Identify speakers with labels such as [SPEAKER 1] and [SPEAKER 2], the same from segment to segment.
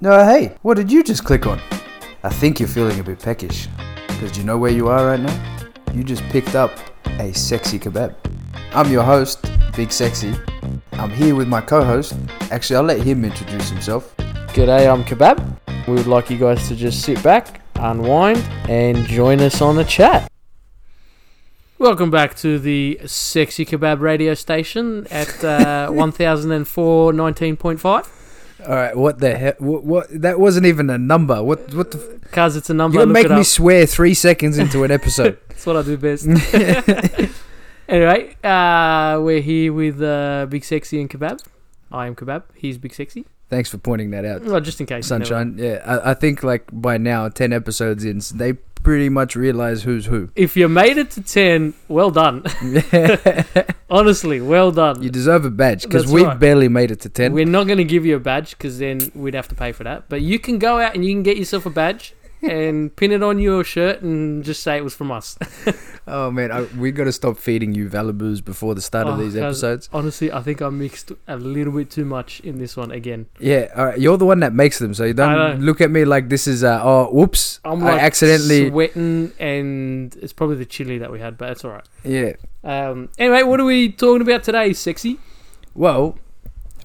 [SPEAKER 1] No, hey, what did you just click on? I think you're feeling a bit peckish. Because do you know where you are right now? You just picked up a sexy kebab. I'm your host, Big Sexy. I'm here with my co host. Actually, I'll let him introduce himself.
[SPEAKER 2] G'day, I'm Kebab. We would like you guys to just sit back, unwind, and join us on the chat.
[SPEAKER 3] Welcome back to the Sexy Kebab radio station at uh, 1004 19.5.
[SPEAKER 1] All right, what the hell? What, what? That wasn't even a number. What? What the? F-
[SPEAKER 3] Cuz it's a number.
[SPEAKER 1] You're gonna
[SPEAKER 3] look
[SPEAKER 1] make
[SPEAKER 3] it
[SPEAKER 1] me
[SPEAKER 3] up.
[SPEAKER 1] swear three seconds into an episode.
[SPEAKER 3] That's what I do best. anyway, uh, we're here with uh, Big Sexy and Kebab. I am Kebab. He's Big Sexy.
[SPEAKER 1] Thanks for pointing that out.
[SPEAKER 3] Well, just in case. you never-
[SPEAKER 1] Sunshine. Yeah, I, I think like by now, ten episodes in, they pretty much realize who's who.
[SPEAKER 3] If you made it to 10, well done. Honestly, well done.
[SPEAKER 1] you deserve a badge because
[SPEAKER 3] That's
[SPEAKER 1] we
[SPEAKER 3] right.
[SPEAKER 1] barely made it to ten.
[SPEAKER 3] We're not going to give you a badge because then we'd have to pay for that. But you can go out and you can get yourself a badge and pin it on your shirt and just say it was from us.
[SPEAKER 1] oh man, I, we got to stop feeding you Valibu's before the start of
[SPEAKER 3] Oh,
[SPEAKER 1] these
[SPEAKER 3] guys.
[SPEAKER 1] episodes.
[SPEAKER 3] Honestly, I think I mixed a little bit too much in this one again.
[SPEAKER 1] Yeah, all right, you're the one that makes them, so you
[SPEAKER 3] know.
[SPEAKER 1] don't look at me like this is. Uh, oh, whoops!
[SPEAKER 3] I'm like
[SPEAKER 1] I accidentally.
[SPEAKER 3] sweating, and it's probably the chili that we had, but it's all right.
[SPEAKER 1] yeah.
[SPEAKER 3] Um, anyway, what are we talking about today, sexy?
[SPEAKER 1] Well,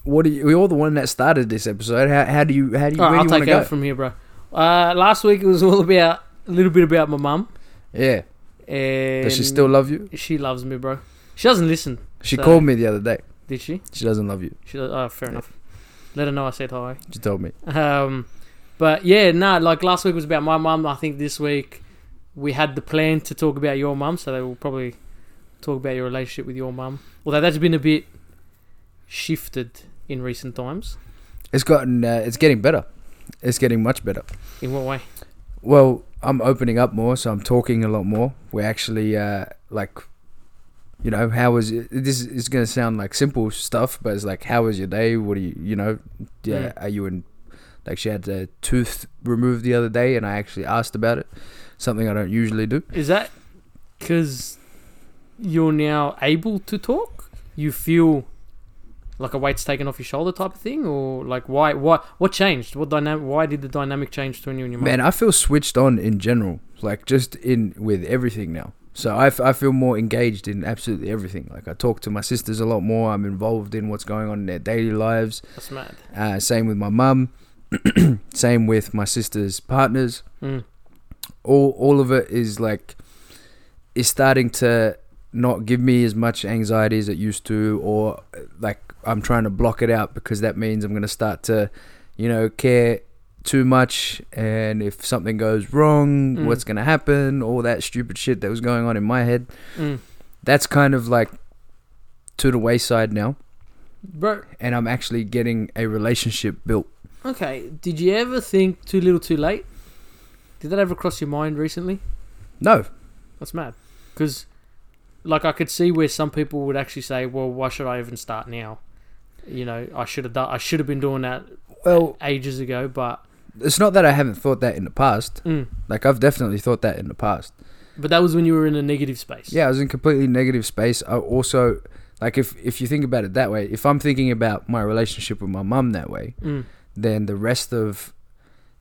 [SPEAKER 1] what do you? You're the one that started this episode. How, how do you? How do you?
[SPEAKER 3] All right,
[SPEAKER 1] where
[SPEAKER 3] I'll
[SPEAKER 1] do you want
[SPEAKER 3] take
[SPEAKER 1] to go?
[SPEAKER 3] it from here, bro. Uh, last week it was all about a little bit about my mum.
[SPEAKER 1] yeah.
[SPEAKER 3] And
[SPEAKER 1] Does she still love you?
[SPEAKER 3] She loves me, bro. She doesn't listen,
[SPEAKER 1] She
[SPEAKER 3] So-
[SPEAKER 1] called me the other day.
[SPEAKER 3] did she?
[SPEAKER 1] She doesn't love you.
[SPEAKER 3] She oh, fair
[SPEAKER 1] Yeah.
[SPEAKER 3] enough. Let her know I said hi.
[SPEAKER 1] She told me.
[SPEAKER 3] Um, but yeah, no, like last week was about my mum. I think this week we had the plan to talk about your mum, so they will probably talk about your relationship with your mum. Although that's been a bit shifted in recent times.
[SPEAKER 1] It's gotten. Uh, it's getting better. It's getting much better.
[SPEAKER 3] In what way?
[SPEAKER 1] Well, I'm opening up more, so I'm talking a lot more. We're actually uh, like, you know, how was it? This is going to sound like simple stuff, but it's like, how was your day? What do you, you know, yeah,
[SPEAKER 3] Mm.
[SPEAKER 1] are you in? Like, she had a tooth removed the other day, and I actually asked about it, something I don't usually do.
[SPEAKER 3] Is that because you're now able to talk? You feel like a weight's taken off your shoulder type of thing, or like why? Why? What changed? What dynamic? Why did the dynamic change between you and your mum?
[SPEAKER 1] Man, I feel switched on in general, like just in with everything now. So I, f- I feel more engaged in absolutely everything. Like I talk to my sisters a lot more. I'm involved in what's going on in their daily lives.
[SPEAKER 3] That's mad.
[SPEAKER 1] Uh, same with my mum. same with my sister's partners.
[SPEAKER 3] Mm.
[SPEAKER 1] All all of it is like is starting to not give me as much anxiety as it used to, or uh, like I'm trying to block it out because that means I'm gonna start to, you know, care too much and if something goes wrong
[SPEAKER 3] Mm.
[SPEAKER 1] what's going to happen all that stupid shit that was going on in my head
[SPEAKER 3] Mm.
[SPEAKER 1] that's kind of like to the wayside now
[SPEAKER 3] Bro,
[SPEAKER 1] and i'm actually getting a relationship built
[SPEAKER 3] Okay, did you ever think too little too late? Did that ever cross your mind recently?
[SPEAKER 1] no
[SPEAKER 3] That's mad. Because, like, I could see where some people would actually say, well, why should I even start now? You know, I should have done, I should have been doing that
[SPEAKER 1] Well,
[SPEAKER 3] ages ago, but
[SPEAKER 1] it's not that I haven't thought that in the past.
[SPEAKER 3] mm.
[SPEAKER 1] Like I've definitely thought that in the past.
[SPEAKER 3] but that was when you were in a negative space.
[SPEAKER 1] Yeah, I was in completely negative space. I also like if if you think about it that way, if I'm thinking about my relationship with my mum that way,
[SPEAKER 3] Mm.
[SPEAKER 1] then the rest of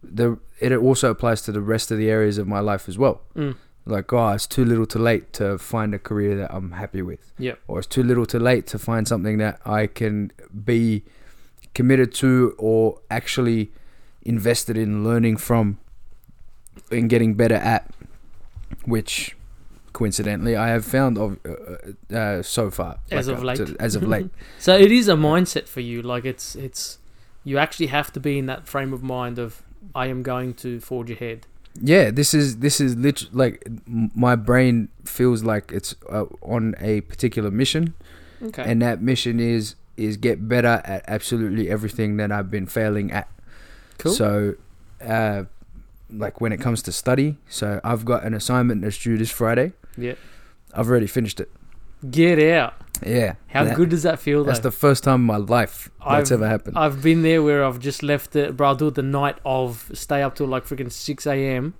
[SPEAKER 1] the it also applies to the rest of the areas of my life as well.
[SPEAKER 3] Mm.
[SPEAKER 1] Like, oh, it's too little too late to find a career that I'm happy with.
[SPEAKER 3] Yep.
[SPEAKER 1] Or it's too little too late to find something that I can be committed to or actually invested in learning from and getting better at, which coincidentally I have found of, uh, uh, so far.
[SPEAKER 3] As of
[SPEAKER 1] up to-
[SPEAKER 3] late.
[SPEAKER 1] as of late.
[SPEAKER 3] So it is a mindset for you. Like, it's, it's, you actually have to be in that frame of mind of, I am going to forge ahead.
[SPEAKER 1] yeah this is this is lit like m- my brain feels like it's uh, on a particular mission
[SPEAKER 3] Okay.
[SPEAKER 1] and that mission is is get better at absolutely everything that i've been failing at
[SPEAKER 3] cool.
[SPEAKER 1] so uh like when it comes to study so i've got an assignment that's due this friday
[SPEAKER 3] Yeah.
[SPEAKER 1] i've already finished it
[SPEAKER 3] Get out.
[SPEAKER 1] yeah
[SPEAKER 3] How
[SPEAKER 1] That-
[SPEAKER 3] good does that feel, though?
[SPEAKER 1] that's the first time in my life that's
[SPEAKER 3] I've-
[SPEAKER 1] ever happened
[SPEAKER 3] I've been there where I've just left it, bro. I'll do it the night of, stay up till like freaking 6 a.m.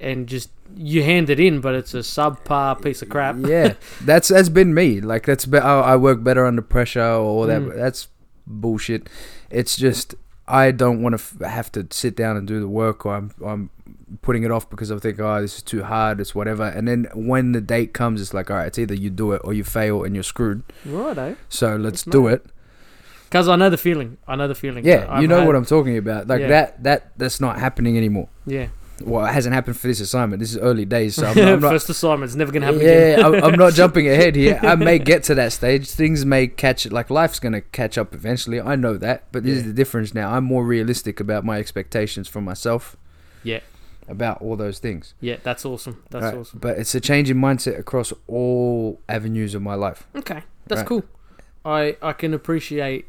[SPEAKER 3] and just you hand it in, but it's a subpar piece of crap.
[SPEAKER 1] yeah that's that's been me like that's be- I, I work better under pressure or that
[SPEAKER 3] Mm.
[SPEAKER 1] that's bullshit it's just I don't want to f- have to sit down and do the work, or I'm I'm putting it off because I think oh this is too hard, it's whatever. And then when the date comes, it's like all right, it's either you do it or you fail and you're screwed.
[SPEAKER 3] Righto.
[SPEAKER 1] So let's
[SPEAKER 3] That's
[SPEAKER 1] do it.
[SPEAKER 3] Because I know the feeling. I know the feeling.
[SPEAKER 1] Yeah,
[SPEAKER 3] I've
[SPEAKER 1] you know
[SPEAKER 3] had-
[SPEAKER 1] what I'm talking about. Like
[SPEAKER 3] Yeah.
[SPEAKER 1] that that that's not happening anymore.
[SPEAKER 3] Yeah.
[SPEAKER 1] Well, it hasn't happened for this assignment. This is early days, so I'm, I'm not
[SPEAKER 3] First assignment's never gonna happen again.
[SPEAKER 1] yeah, I'm, I'm not jumping ahead here. I may get to that stage. Things may catch it. Like life's gonna catch up eventually. I know that, but this is
[SPEAKER 3] Yeah.
[SPEAKER 1] the difference now. I'm more realistic about my expectations from myself.
[SPEAKER 3] Yeah.
[SPEAKER 1] About all those things.
[SPEAKER 3] Yeah, that's awesome. That's
[SPEAKER 1] Right?
[SPEAKER 3] awesome.
[SPEAKER 1] But it's a change in mindset across all avenues of my life.
[SPEAKER 3] Okay, that's
[SPEAKER 1] Right.
[SPEAKER 3] cool. I I can appreciate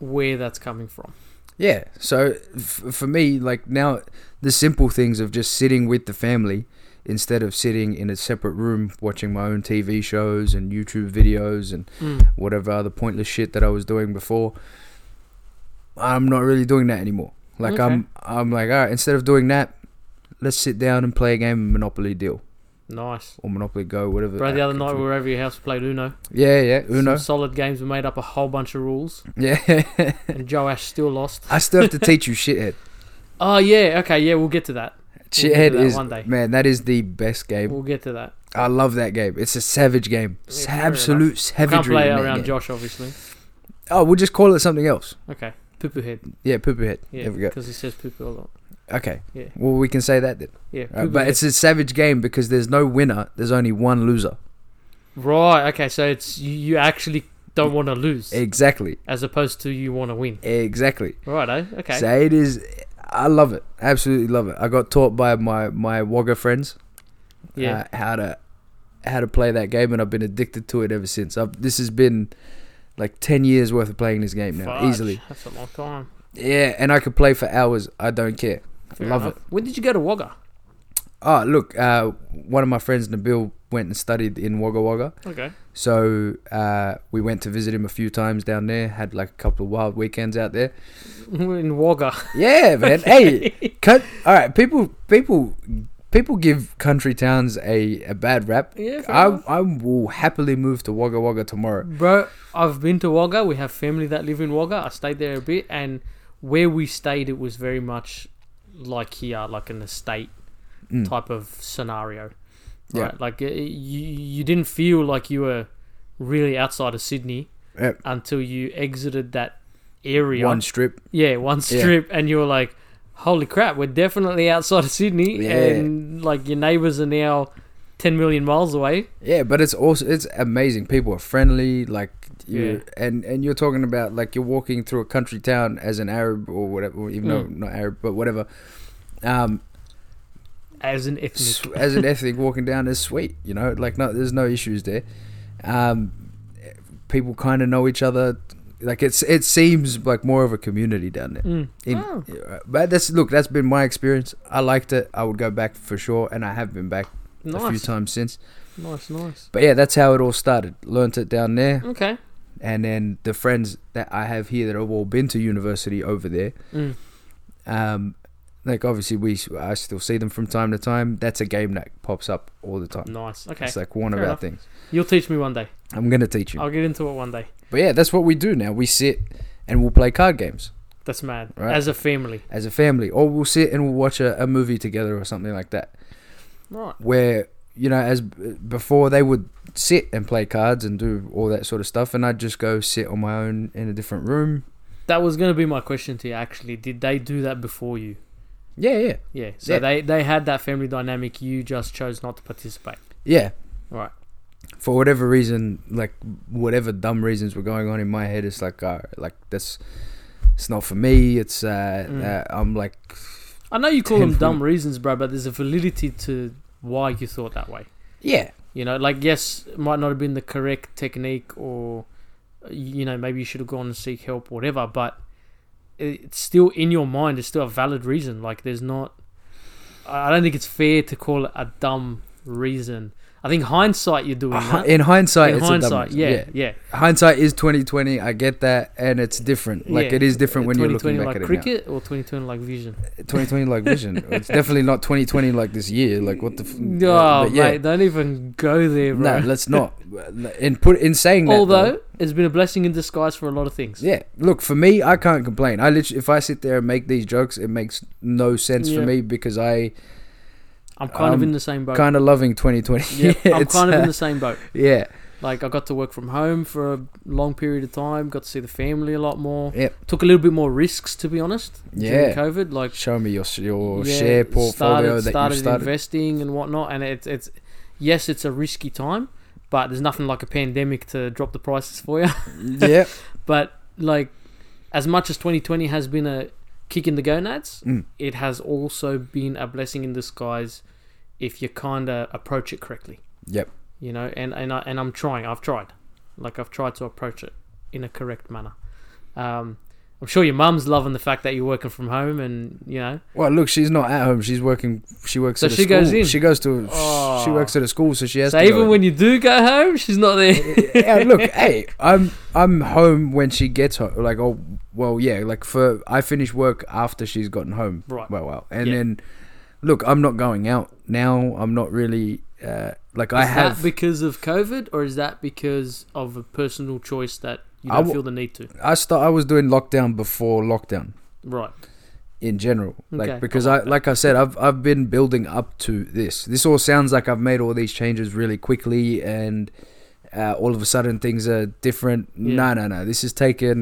[SPEAKER 3] where that's coming from.
[SPEAKER 1] Yeah. So f- for me, like now, the simple things of just sitting with the family instead of sitting in a separate room watching my own TV shows and YouTube videos and
[SPEAKER 3] Mm.
[SPEAKER 1] whatever other pointless shit that I was doing before. I'm not really doing that anymore. Like I'm I'm like, all right, instead of doing that, let's sit down and play a game of Monopoly Deal
[SPEAKER 3] Nice.
[SPEAKER 1] or Monopoly Go, whatever.
[SPEAKER 3] Bro, the
[SPEAKER 1] that
[SPEAKER 3] other night
[SPEAKER 1] comes
[SPEAKER 3] we were over your house, we played Uno.
[SPEAKER 1] with. Yeah, yeah, Uno.
[SPEAKER 3] Some solid games. We made up a whole bunch of rules,
[SPEAKER 1] Yeah.
[SPEAKER 3] and Joe Ash still lost.
[SPEAKER 1] I still have to teach you shithead.
[SPEAKER 3] Oh yeah, okay, yeah, we'll get to that. We'll get
[SPEAKER 1] Shithead
[SPEAKER 3] to that
[SPEAKER 1] is
[SPEAKER 3] one day.
[SPEAKER 1] man, that is the best game.
[SPEAKER 3] We'll get to that.
[SPEAKER 1] I love that game. It's a savage game.
[SPEAKER 3] Yeah,
[SPEAKER 1] It's
[SPEAKER 3] fair enough.
[SPEAKER 1] absolute
[SPEAKER 3] We Can't
[SPEAKER 1] savagery.
[SPEAKER 3] play
[SPEAKER 1] in
[SPEAKER 3] it
[SPEAKER 1] that
[SPEAKER 3] around
[SPEAKER 1] game.
[SPEAKER 3] Josh, obviously.
[SPEAKER 1] Oh, we'll just call it something else.
[SPEAKER 3] Okay, poo poo head.
[SPEAKER 1] Yeah, poopoo head.
[SPEAKER 3] Yeah,
[SPEAKER 1] there we go.
[SPEAKER 3] because he says poo poo a lot.
[SPEAKER 1] Okay.
[SPEAKER 3] Yeah.
[SPEAKER 1] Well, we can say that then.
[SPEAKER 3] Yeah,
[SPEAKER 1] Right,
[SPEAKER 3] poo-poo
[SPEAKER 1] Uh, but
[SPEAKER 3] head.
[SPEAKER 1] it's a savage game because there's no winner. There's only one loser.
[SPEAKER 3] right. Okay, so it's you, you actually don't want to lose,
[SPEAKER 1] Exactly.
[SPEAKER 3] as opposed to you want to win.
[SPEAKER 1] Exactly.
[SPEAKER 3] Right, eh? Okay.
[SPEAKER 1] So it is. I love it. Absolutely love it. I got taught by my my Wagga friends
[SPEAKER 3] yeah.
[SPEAKER 1] uh, how to how to play that game, and I've been addicted to it ever since. I've, this has been like ten years worth of playing this game now,
[SPEAKER 3] Fudge,
[SPEAKER 1] easily.
[SPEAKER 3] That's a long time.
[SPEAKER 1] Yeah, and I could play for hours. I don't care.
[SPEAKER 3] Fair
[SPEAKER 1] Love
[SPEAKER 3] enough. When did you go to Wagga?
[SPEAKER 1] Oh, look, uh, one of my friends, Nabil, went and studied in Wagga Wagga.
[SPEAKER 3] Okay.
[SPEAKER 1] So uh, we went to visit him a few times down there. Had like a couple of wild weekends out there.
[SPEAKER 3] In Wagga.
[SPEAKER 1] Yeah, man. Hey, cut. All right, people, people, people give country towns a, a bad rap.
[SPEAKER 3] Yeah, fair
[SPEAKER 1] I
[SPEAKER 3] enough.
[SPEAKER 1] I will happily move to Wagga Wagga tomorrow.
[SPEAKER 3] Bro, I've been to Wagga. We have family that live in Wagga. I stayed there a bit, and where we stayed, it was very much like here, like an estate
[SPEAKER 1] Mm.
[SPEAKER 3] type of scenario.
[SPEAKER 1] Yeah.
[SPEAKER 3] Right? Like, uh, you, you didn't feel like you were really outside of Sydney
[SPEAKER 1] Yep.
[SPEAKER 3] until you exited that area.
[SPEAKER 1] One strip.
[SPEAKER 3] Yeah, one
[SPEAKER 1] Yeah.
[SPEAKER 3] strip, and you were like, "Holy crap, we're definitely outside of Sydney,"
[SPEAKER 1] Yeah.
[SPEAKER 3] and like your neighbours are now ten million miles away.
[SPEAKER 1] Yeah, but it's also it's amazing. People are friendly. Like you and and you're talking about like you're walking through a country town as an Arab or whatever, or even though
[SPEAKER 3] Mm.
[SPEAKER 1] not Arab, but whatever. Um,
[SPEAKER 3] As an ethnic,
[SPEAKER 1] s- as an ethnic walking down is sweet. You know, like no, there's no issues there. Um, people kind of know each other. Like it's it seems like more of a community down there.
[SPEAKER 3] Mm.
[SPEAKER 1] In-
[SPEAKER 3] Oh.
[SPEAKER 1] Yeah, But that's look, that's been my experience. I liked it. I would go back for sure, and I have been back a few
[SPEAKER 3] nice,
[SPEAKER 1] times since.
[SPEAKER 3] nice, nice.
[SPEAKER 1] But yeah, that's how it all started. Learnt it down there,
[SPEAKER 3] Okay,
[SPEAKER 1] and then the friends that I have here that have all been to university over there.
[SPEAKER 3] Mm.
[SPEAKER 1] Um, like obviously we, I still see them from time to time. That's a game that pops up all the time.
[SPEAKER 3] nice. Okay,
[SPEAKER 1] It's like one
[SPEAKER 3] Fair
[SPEAKER 1] of our
[SPEAKER 3] enough.
[SPEAKER 1] things.
[SPEAKER 3] you'll teach me one day.
[SPEAKER 1] I'm gonna teach you.
[SPEAKER 3] I'll get into it one day.
[SPEAKER 1] But yeah, that's what we do now. We sit and we'll play card games
[SPEAKER 3] That's mad.
[SPEAKER 1] Right.
[SPEAKER 3] As a family,
[SPEAKER 1] as a family, or we'll sit and we'll watch a, a movie together or something like that.
[SPEAKER 3] right?
[SPEAKER 1] Where you know, as b- before, they would sit and play cards and do all that sort of stuff, and I'd just go sit on my own in a different room.
[SPEAKER 3] That was gonna be my question to you. Actually, did they do that before you?
[SPEAKER 1] Yeah, yeah,
[SPEAKER 3] Yeah. So
[SPEAKER 1] Yeah.
[SPEAKER 3] they they had that family dynamic. You just chose not to participate.
[SPEAKER 1] yeah.
[SPEAKER 3] Right.
[SPEAKER 1] For whatever reason, like whatever dumb reasons were going on in my head, it's like, uh, like that's it's not for me. It's uh,
[SPEAKER 3] Mm.
[SPEAKER 1] uh I'm like,
[SPEAKER 3] I know you call them
[SPEAKER 1] Tenfold.
[SPEAKER 3] dumb reasons, bro, but there's a validity to why you thought that way.
[SPEAKER 1] yeah,
[SPEAKER 3] You know, like yes, it might not have been the correct technique, or you know, maybe you should have gone and seek help, whatever. But it's still in your mind. It's still a valid reason. Like there's not. I I don't think it's fair to call it a dumb reason. I think hindsight, you're doing
[SPEAKER 1] Uh,
[SPEAKER 3] that.
[SPEAKER 1] in hindsight,
[SPEAKER 3] in
[SPEAKER 1] it's a dumb
[SPEAKER 3] hindsight,
[SPEAKER 1] reason.
[SPEAKER 3] yeah, yeah,
[SPEAKER 1] hindsight is 2020 i get that and it's different like
[SPEAKER 3] yeah.
[SPEAKER 1] it is different when you're looking
[SPEAKER 3] 2020
[SPEAKER 1] back
[SPEAKER 3] like
[SPEAKER 1] at it
[SPEAKER 3] cricket or 2020 like vision.
[SPEAKER 1] now. 2020 like vision it's definitely not 2020 like this year like what the f-
[SPEAKER 3] No,
[SPEAKER 1] but yeah.
[SPEAKER 3] mate, don't even go there, bro.
[SPEAKER 1] no let's not in put in saying that
[SPEAKER 3] Although
[SPEAKER 1] though,
[SPEAKER 3] has been a blessing in disguise for a lot of things.
[SPEAKER 1] Yeah, look for me, I can't complain. I literally, if I sit there and make these jokes, it makes no sense for
[SPEAKER 3] Yeah.
[SPEAKER 1] me because I
[SPEAKER 3] I'm kind of
[SPEAKER 1] I'm
[SPEAKER 3] in the same boat.
[SPEAKER 1] kind of loving 2020.
[SPEAKER 3] yeah, I'm
[SPEAKER 1] It's,
[SPEAKER 3] kind of
[SPEAKER 1] uh,
[SPEAKER 3] in the same boat.
[SPEAKER 1] yeah,
[SPEAKER 3] Like I got to work from home for a long period of time, got to see the family a lot more.
[SPEAKER 1] Yep.
[SPEAKER 3] Took a little bit more risks to be honest.
[SPEAKER 1] Yeah.
[SPEAKER 3] During COVID, like
[SPEAKER 1] show me your your
[SPEAKER 3] yeah,
[SPEAKER 1] share portfolio
[SPEAKER 3] started,
[SPEAKER 1] that
[SPEAKER 3] started
[SPEAKER 1] you started.
[SPEAKER 3] investing and whatnot, and it's it's yes, it's a risky time, but there's nothing like a pandemic to drop the prices for you.
[SPEAKER 1] yeah,
[SPEAKER 3] But like, as much as 2020 has been a kick in the gonads,
[SPEAKER 1] Mm.
[SPEAKER 3] it has also been a blessing in disguise if you kind of approach it correctly.
[SPEAKER 1] Yep.
[SPEAKER 3] You know, and and I, and I'm trying. I've tried. Like I've tried to approach it in a correct manner. Um, I'm sure your mum's loving the fact that you're working from home, and you know,
[SPEAKER 1] Well, look, she's not at home. She's working. She works.
[SPEAKER 3] So
[SPEAKER 1] at a
[SPEAKER 3] she
[SPEAKER 1] school.
[SPEAKER 3] goes in.
[SPEAKER 1] She goes to. She
[SPEAKER 3] Oh.
[SPEAKER 1] works at a school, so she has.
[SPEAKER 3] so
[SPEAKER 1] to
[SPEAKER 3] even
[SPEAKER 1] go
[SPEAKER 3] when you do go home, she's not there.
[SPEAKER 1] in. yeah, look, hey, I'm I'm home when she gets home. Like, oh, well, yeah, like for I finish work after she's gotten home.
[SPEAKER 3] Right.
[SPEAKER 1] Well, well, and
[SPEAKER 3] Yeah.
[SPEAKER 1] then, look, I'm not going out now. I'm not really uh, like I
[SPEAKER 3] is
[SPEAKER 1] have.
[SPEAKER 3] that because of COVID, or is that because of a personal choice that you
[SPEAKER 1] I
[SPEAKER 3] don't
[SPEAKER 1] w-
[SPEAKER 3] feel the need to?
[SPEAKER 1] I start. I was doing lockdown before lockdown.
[SPEAKER 3] Right.
[SPEAKER 1] in general like
[SPEAKER 3] Okay, I
[SPEAKER 1] because
[SPEAKER 3] like
[SPEAKER 1] i like i said i've i've been building up to this this all sounds like i've made all these changes really quickly and uh, all of a sudden things are different
[SPEAKER 3] Yeah.
[SPEAKER 1] no no no this has taken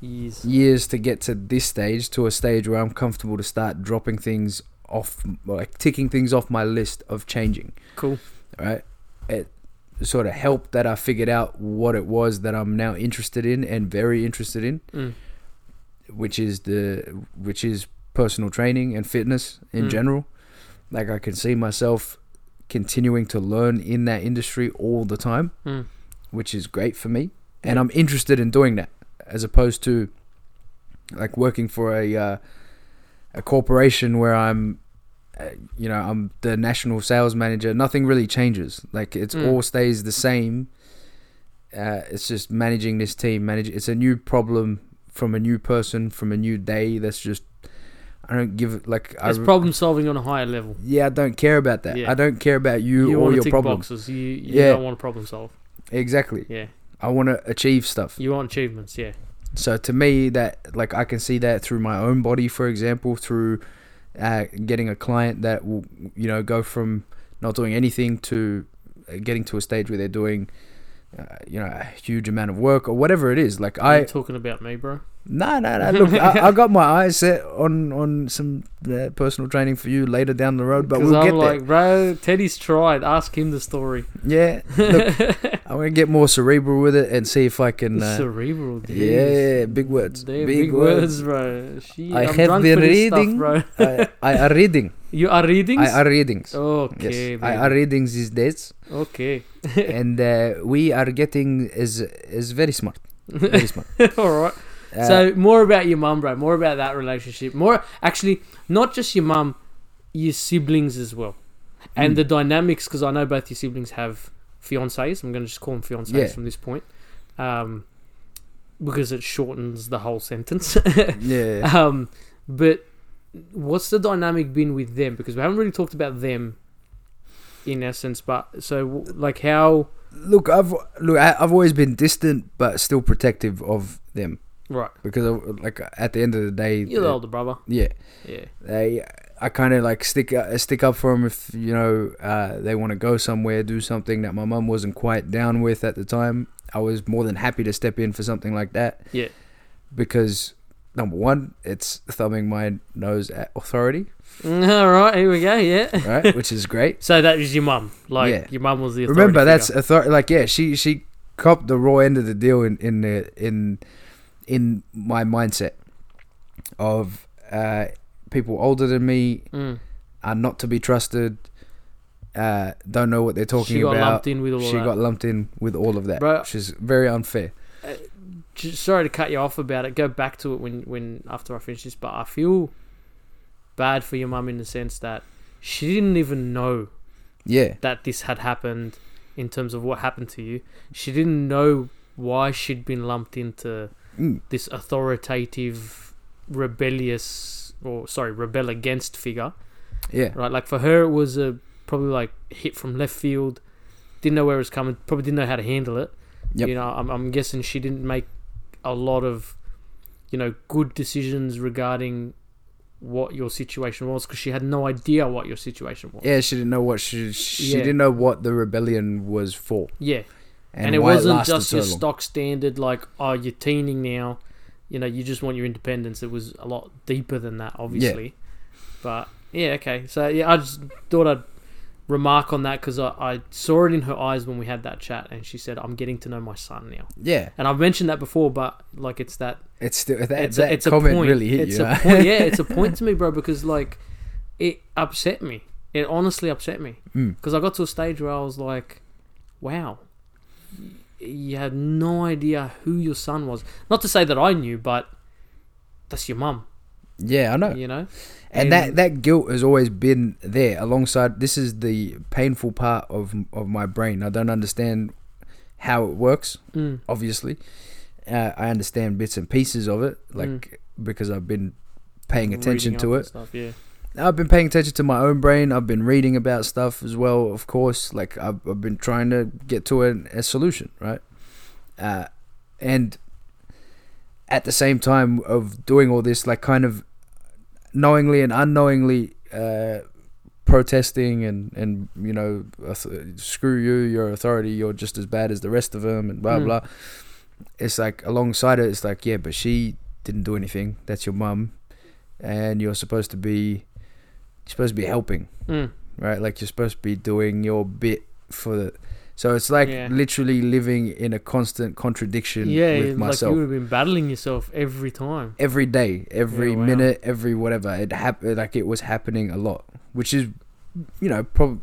[SPEAKER 3] Yes.
[SPEAKER 1] years to get to this stage to a stage where i'm comfortable to start dropping things off like ticking things off my list of changing
[SPEAKER 3] Cool.
[SPEAKER 1] right it sort of helped that i figured out what it was that i'm now interested in and very interested in
[SPEAKER 3] Mm.
[SPEAKER 1] which is the which is personal training and fitness in
[SPEAKER 3] Mm.
[SPEAKER 1] general. Like I can see myself continuing to learn in that industry all the time,
[SPEAKER 3] Mm.
[SPEAKER 1] which is great for me. And I'm interested in doing that as opposed to like working for a uh, a corporation where I'm uh, you know, I'm the national sales manager. Nothing really changes. Like it's
[SPEAKER 3] Mm.
[SPEAKER 1] all stays the same. Uh, it's just managing this team. Manage. It's a new problem from a new person from a new day. That's just. I don't give like. I,
[SPEAKER 3] It's
[SPEAKER 1] re-
[SPEAKER 3] problem solving on a higher level.
[SPEAKER 1] yeah, I don't care about that.
[SPEAKER 3] Yeah.
[SPEAKER 1] I don't care about you,
[SPEAKER 3] You
[SPEAKER 1] or
[SPEAKER 3] want to
[SPEAKER 1] your
[SPEAKER 3] tick
[SPEAKER 1] problems.
[SPEAKER 3] boxes. You, you
[SPEAKER 1] Yeah.
[SPEAKER 3] don't want to problem solve.
[SPEAKER 1] Exactly.
[SPEAKER 3] Yeah.
[SPEAKER 1] I want to achieve stuff.
[SPEAKER 3] You want achievements. Yeah.
[SPEAKER 1] So to me, that like I can see that through my own body, for example, through uh, getting a client that will, you know, go from not doing anything to uh, getting to a stage where they're doing, uh, you know, a huge amount of work or whatever it is. Like
[SPEAKER 3] I,
[SPEAKER 1] I,
[SPEAKER 3] you talking about me, bro.
[SPEAKER 1] no, no, no. Look, I, I got my eyes set on on some uh, personal training for you later down the road, but
[SPEAKER 3] 'Cause
[SPEAKER 1] we'll
[SPEAKER 3] I'm
[SPEAKER 1] get
[SPEAKER 3] like, bro, Teddy's tried. Ask him the story.
[SPEAKER 1] there. Yeah, look, I'm gonna get more cerebral with it and see if I can. Uh,
[SPEAKER 3] Cerebral, dude.
[SPEAKER 1] yeah, big words,
[SPEAKER 3] They're
[SPEAKER 1] big,
[SPEAKER 3] big,
[SPEAKER 1] words.
[SPEAKER 3] words, bro. She,
[SPEAKER 1] I
[SPEAKER 3] I
[SPEAKER 1] have
[SPEAKER 3] am drunk
[SPEAKER 1] been
[SPEAKER 3] for this
[SPEAKER 1] reading.
[SPEAKER 3] Stuff, bro.
[SPEAKER 1] I, I are reading.
[SPEAKER 3] You are reading?
[SPEAKER 1] I are readings.
[SPEAKER 3] okay.
[SPEAKER 1] yes, I
[SPEAKER 3] baby.
[SPEAKER 1] are readings these days,
[SPEAKER 3] okay.
[SPEAKER 1] and uh, we are getting is is very smart, very smart.
[SPEAKER 3] All right.
[SPEAKER 1] Uh,
[SPEAKER 3] so more about your mum, bro. More about that relationship. More actually, not just your mum, your siblings as well, and
[SPEAKER 1] Mm.
[SPEAKER 3] the dynamics. Because I know both your siblings have fiancées. I'm going to just call them fiancées
[SPEAKER 1] Yeah.
[SPEAKER 3] from this point, um, because it shortens the whole sentence.
[SPEAKER 1] yeah,
[SPEAKER 3] um, but what's the dynamic been with them? Because we haven't really talked about them in essence. But so like how
[SPEAKER 1] look, I've look, I, I've always been distant but still protective of them
[SPEAKER 3] right?
[SPEAKER 1] because, I, like, at the end of the day,
[SPEAKER 3] You're the
[SPEAKER 1] uh,
[SPEAKER 3] older brother.
[SPEAKER 1] yeah,
[SPEAKER 3] Yeah.
[SPEAKER 1] they I kind of like stick uh, stick up for them if you know uh, they want to go somewhere, do something that my mum wasn't quite down with at the time. I was more than happy to step in for something like that.
[SPEAKER 3] Yeah.
[SPEAKER 1] because number one, it's thumbing my nose at authority,
[SPEAKER 3] All right. Here we go. Yeah.
[SPEAKER 1] right, which is great.
[SPEAKER 3] So that was your mum. Like
[SPEAKER 1] Yeah.
[SPEAKER 3] your mum was the authority
[SPEAKER 1] Remember, that's
[SPEAKER 3] figure.
[SPEAKER 1] authority. Like, yeah, she she copped the raw end of the deal in in the, in in my mindset of uh, people older than me
[SPEAKER 3] Mm.
[SPEAKER 1] are not to be trusted. Uh, don't know what they're talking
[SPEAKER 3] she got
[SPEAKER 1] about.
[SPEAKER 3] lumped in with all
[SPEAKER 1] she
[SPEAKER 3] that.
[SPEAKER 1] got lumped in with all of that,
[SPEAKER 3] Bro.
[SPEAKER 1] which is very unfair.
[SPEAKER 3] J- Sorry to cut you off about it. Go back to it when when after I finish this, but I feel bad for your mum in the sense that she didn't even know
[SPEAKER 1] Yeah,
[SPEAKER 3] that this had happened in terms of what happened to you. She didn't know why she'd been lumped into
[SPEAKER 1] Mm.
[SPEAKER 3] this authoritative, rebellious, or sorry, rebel against figure.
[SPEAKER 1] yeah,
[SPEAKER 3] right? Like for her, it was a probably like hit from left field. Didn't know where it was coming. Probably didn't know how to handle it.
[SPEAKER 1] Yep.
[SPEAKER 3] You know, I'm, I'm guessing she didn't make a lot of, you know, good decisions regarding what your situation was because she had no idea what your situation was.
[SPEAKER 1] Yeah, she didn't know what she she
[SPEAKER 3] Yeah.
[SPEAKER 1] didn't know what the rebellion was for
[SPEAKER 3] Yeah.
[SPEAKER 1] and,
[SPEAKER 3] And, it
[SPEAKER 1] why it
[SPEAKER 3] wasn't
[SPEAKER 1] lasted
[SPEAKER 3] just
[SPEAKER 1] so
[SPEAKER 3] your
[SPEAKER 1] long.
[SPEAKER 3] stock standard, like, oh, you're teening now. You know, you just want your independence. It was a lot deeper than that, obviously. But, yeah, okay. So, yeah, I just thought I'd remark on that because I, I saw it in her eyes when we had that chat and she said, I'm getting to know my son now.
[SPEAKER 1] Yeah,
[SPEAKER 3] And I've mentioned that before, but, like, it's that
[SPEAKER 1] it's still that,
[SPEAKER 3] it's
[SPEAKER 1] that
[SPEAKER 3] a, it's
[SPEAKER 1] comment
[SPEAKER 3] a point.
[SPEAKER 1] really hit
[SPEAKER 3] it's
[SPEAKER 1] you.
[SPEAKER 3] a
[SPEAKER 1] huh?
[SPEAKER 3] point. Yeah, it's a point to me, bro, because like it upset me. It honestly upset me
[SPEAKER 1] Mm.
[SPEAKER 3] because I got to a stage where I was like, "Wow, y- you had no idea who your son was." Not to say that I knew, but that's your mum,
[SPEAKER 1] yeah, I know.
[SPEAKER 3] you know.
[SPEAKER 1] and that that guilt has always been there alongside this is the painful part of of my brain i don't understand how it works
[SPEAKER 3] Mm,
[SPEAKER 1] obviously uh, i understand bits and pieces of it like because i've been paying attention
[SPEAKER 3] reading
[SPEAKER 1] to
[SPEAKER 3] up and
[SPEAKER 1] it
[SPEAKER 3] stuff, yeah.
[SPEAKER 1] i've been paying attention to my own brain i've been reading about stuff as well of course like i've, I've been trying to get to an, a solution right uh, and at the same time of doing all this like kind of knowingly and unknowingly uh, protesting and and you know auth- screw you your authority you're just as bad as the rest of them and blah
[SPEAKER 3] Mm.
[SPEAKER 1] blah it's like alongside it it's like yeah but she didn't do anything that's your mum and you're supposed to be you're supposed to be helping
[SPEAKER 3] Mm,
[SPEAKER 1] right? Like you're supposed to be doing your bit for the. So it's like
[SPEAKER 3] Yeah.
[SPEAKER 1] literally living in a constant contradiction
[SPEAKER 3] yeah,
[SPEAKER 1] with
[SPEAKER 3] like
[SPEAKER 1] myself
[SPEAKER 3] you would have been battling yourself every time.
[SPEAKER 1] every day, every
[SPEAKER 3] wow.
[SPEAKER 1] minute, every whatever. It happened like it was happening a lot, which is, you know, prob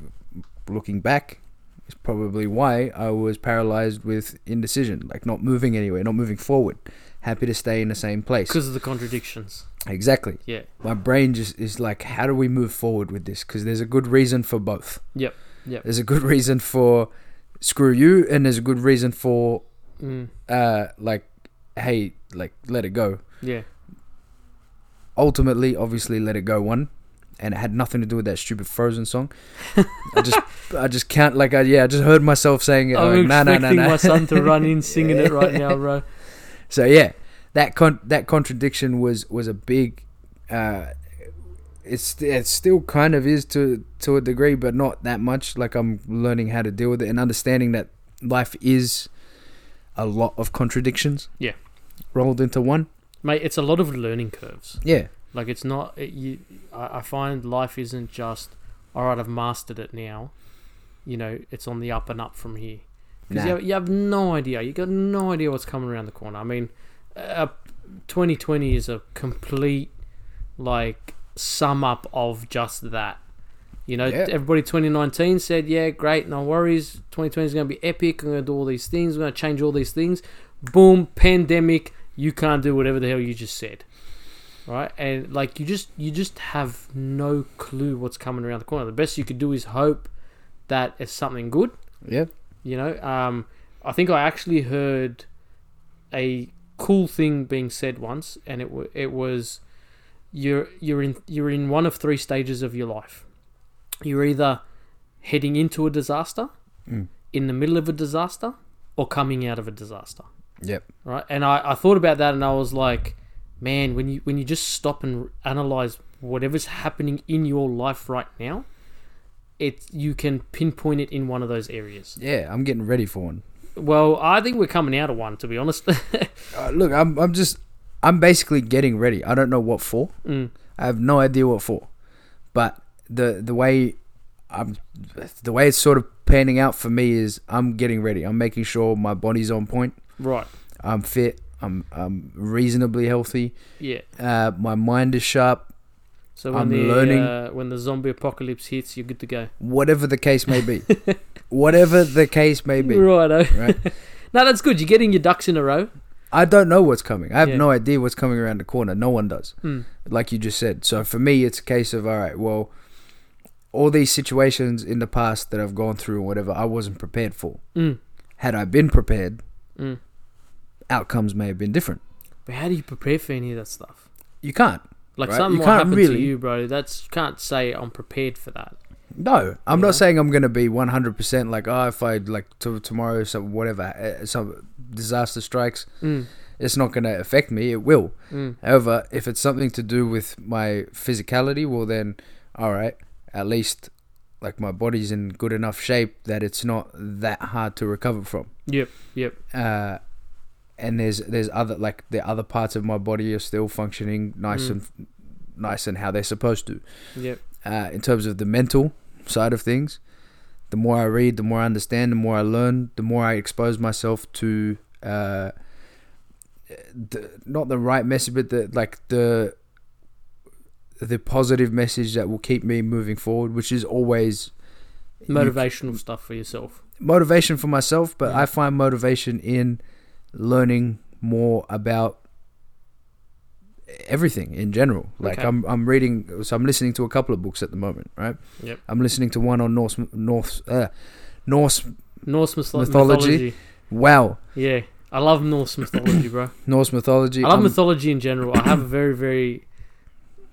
[SPEAKER 1] looking back, is probably why I was paralyzed with indecision, like not moving anywhere, not moving forward, happy to stay in the same place.
[SPEAKER 3] Because of the contradictions,
[SPEAKER 1] Exactly.
[SPEAKER 3] yeah,
[SPEAKER 1] My brain just is like, how do we move forward with this? Because there's a good reason for both.
[SPEAKER 3] yep, yep,
[SPEAKER 1] There's a good reason for screw you, and there's a good reason for
[SPEAKER 3] mm,
[SPEAKER 1] uh like hey like let it go.
[SPEAKER 3] yeah,
[SPEAKER 1] Ultimately, obviously, let it go one, and it had nothing to do with that stupid Frozen song. I just I just can't like I yeah I just heard myself saying it. like,
[SPEAKER 3] I'm
[SPEAKER 1] nah, nah, nah,
[SPEAKER 3] expecting
[SPEAKER 1] nah.
[SPEAKER 3] my son to run in singing it right now, bro.
[SPEAKER 1] So yeah, that con- that contradiction was was a big. Uh, it's it still kind of is to to a degree, but not that much. Like I'm learning how to deal with it and understanding that life is a lot of contradictions.
[SPEAKER 3] Yeah.
[SPEAKER 1] rolled into one.
[SPEAKER 3] Mate, it's a lot of learning curves.
[SPEAKER 1] Yeah,
[SPEAKER 3] Like it's not it, you. I, I find life isn't just all right. I've mastered it now. You know, it's on the up and up from here. Because you,
[SPEAKER 1] Nah.
[SPEAKER 3] have- you have no idea. You got no idea what's coming around the corner. I mean, uh, 2020 is a complete like sum up of just that. You know,
[SPEAKER 1] Yeah.
[SPEAKER 3] everybody 2019 said, "Yeah, great, no worries. 2020 is going to be epic. I'm going to do all these things. I'm going to change all these things." Boom, pandemic. You can't do whatever the hell you just said, right? And like you just you just have no clue what's coming around the corner. The best you could do is hope that it's something good
[SPEAKER 1] yeah,
[SPEAKER 3] you know um, i think i actually heard a cool thing being said once and it, w- it was you're you're in you're in one of three stages of your life you're either heading into a disaster
[SPEAKER 1] Mm.
[SPEAKER 3] in the middle of a disaster or coming out of a disaster
[SPEAKER 1] yep,
[SPEAKER 3] right? And I, I thought about that, and I was like, man, when you when you just stop and analyze whatever's happening in your life right now, it you can pinpoint it in one of those areas.
[SPEAKER 1] yeah. I'm getting ready for one.
[SPEAKER 3] Well, I think we're coming out of one, to be honest.
[SPEAKER 1] Uh, look, I'm I'm just I'm basically getting ready. I don't know what for.
[SPEAKER 3] Mm.
[SPEAKER 1] I have no idea what for, but the the way I'm the way it's sort of panning out for me is I'm getting ready. I'm making sure my body's on point.
[SPEAKER 3] right?
[SPEAKER 1] I'm fit. I'm I'm reasonably healthy.
[SPEAKER 3] Yeah.
[SPEAKER 1] Uh, my mind is sharp.
[SPEAKER 3] So when
[SPEAKER 1] I'm
[SPEAKER 3] the
[SPEAKER 1] learning-
[SPEAKER 3] uh, when the zombie apocalypse hits, you're good to go.
[SPEAKER 1] Whatever the case may be, whatever the case may be.
[SPEAKER 3] Righto.
[SPEAKER 1] Right.
[SPEAKER 3] oh. No, that's good. You're getting your ducks in a row.
[SPEAKER 1] I don't know what's coming. I have
[SPEAKER 3] Yeah.
[SPEAKER 1] no idea what's coming around the corner. No one does.
[SPEAKER 3] Mm.
[SPEAKER 1] like you just said. So for me, it's a case of all right, well, all these situations in the past that I've gone through and whatever, I wasn't prepared for.
[SPEAKER 3] Mm.
[SPEAKER 1] Had I been prepared,
[SPEAKER 3] Mm.
[SPEAKER 1] outcomes may have been different.
[SPEAKER 3] But how do you prepare for any of that stuff?
[SPEAKER 1] You can't.
[SPEAKER 3] Like
[SPEAKER 1] Right, you
[SPEAKER 3] something might
[SPEAKER 1] can't
[SPEAKER 3] happen to
[SPEAKER 1] really-
[SPEAKER 3] you, bro. That's can't say I'm prepared for that.
[SPEAKER 1] No, I'm
[SPEAKER 2] You know?
[SPEAKER 1] not saying I'm gonna be 100 percent like oh if I like to tomorrow some whatever uh, some disaster strikes,
[SPEAKER 3] Mm,
[SPEAKER 1] it's not gonna affect me. It will.
[SPEAKER 3] mm,
[SPEAKER 1] However, if it's something to do with my physicality, well then, all right, at least like my body's in good enough shape that it's not that hard to recover from.
[SPEAKER 3] yep, yep.
[SPEAKER 1] Uh, and there's there's other like the other parts of my body are still functioning nice
[SPEAKER 3] Mm.
[SPEAKER 1] and nice and how they're supposed to
[SPEAKER 3] Yep.
[SPEAKER 1] uh, in terms of the mental side of things. The more I read, the more I understand, the more I learn, the more I expose myself to uh, the, not the right message, but the like the the positive message that will keep me moving forward, which is always
[SPEAKER 3] Motivational stuff for yourself.
[SPEAKER 1] motivation for myself. But
[SPEAKER 3] Yeah.
[SPEAKER 1] I find motivation in learning more about everything in general. Like
[SPEAKER 3] Okay.
[SPEAKER 1] I'm I'm reading, so I'm listening to a couple of books at the moment, right?
[SPEAKER 3] Yep.
[SPEAKER 1] I'm listening to one on Norse Norse uh, Norse.
[SPEAKER 3] Norse mytho- mythology.
[SPEAKER 1] Mythology. Wow,
[SPEAKER 3] Yeah. I love Norse mythology, bro.
[SPEAKER 1] Norse mythology.
[SPEAKER 3] I love
[SPEAKER 1] um,
[SPEAKER 3] mythology in general. I have a very, very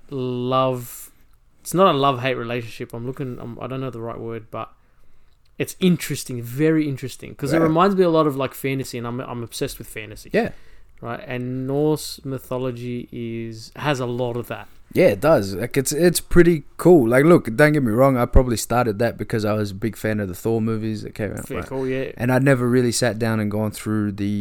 [SPEAKER 3] love. It's not a love hate relationship. I'm looking. I'm, I don't know the right word, but it's interesting. Very interesting because it
[SPEAKER 1] Right.
[SPEAKER 3] reminds me a lot of like fantasy, and I'm I'm obsessed with fantasy.
[SPEAKER 1] Yeah.
[SPEAKER 3] Right. And Norse mythology is has a lot of that.
[SPEAKER 1] yeah, it does. Like it's it's pretty cool. Like, look, don't get me wrong. I probably started that because I was a big fan of the Thor movies that came out,
[SPEAKER 3] Fair
[SPEAKER 1] right?
[SPEAKER 3] call, Oh, yeah.
[SPEAKER 1] and I'd never really sat down and gone through the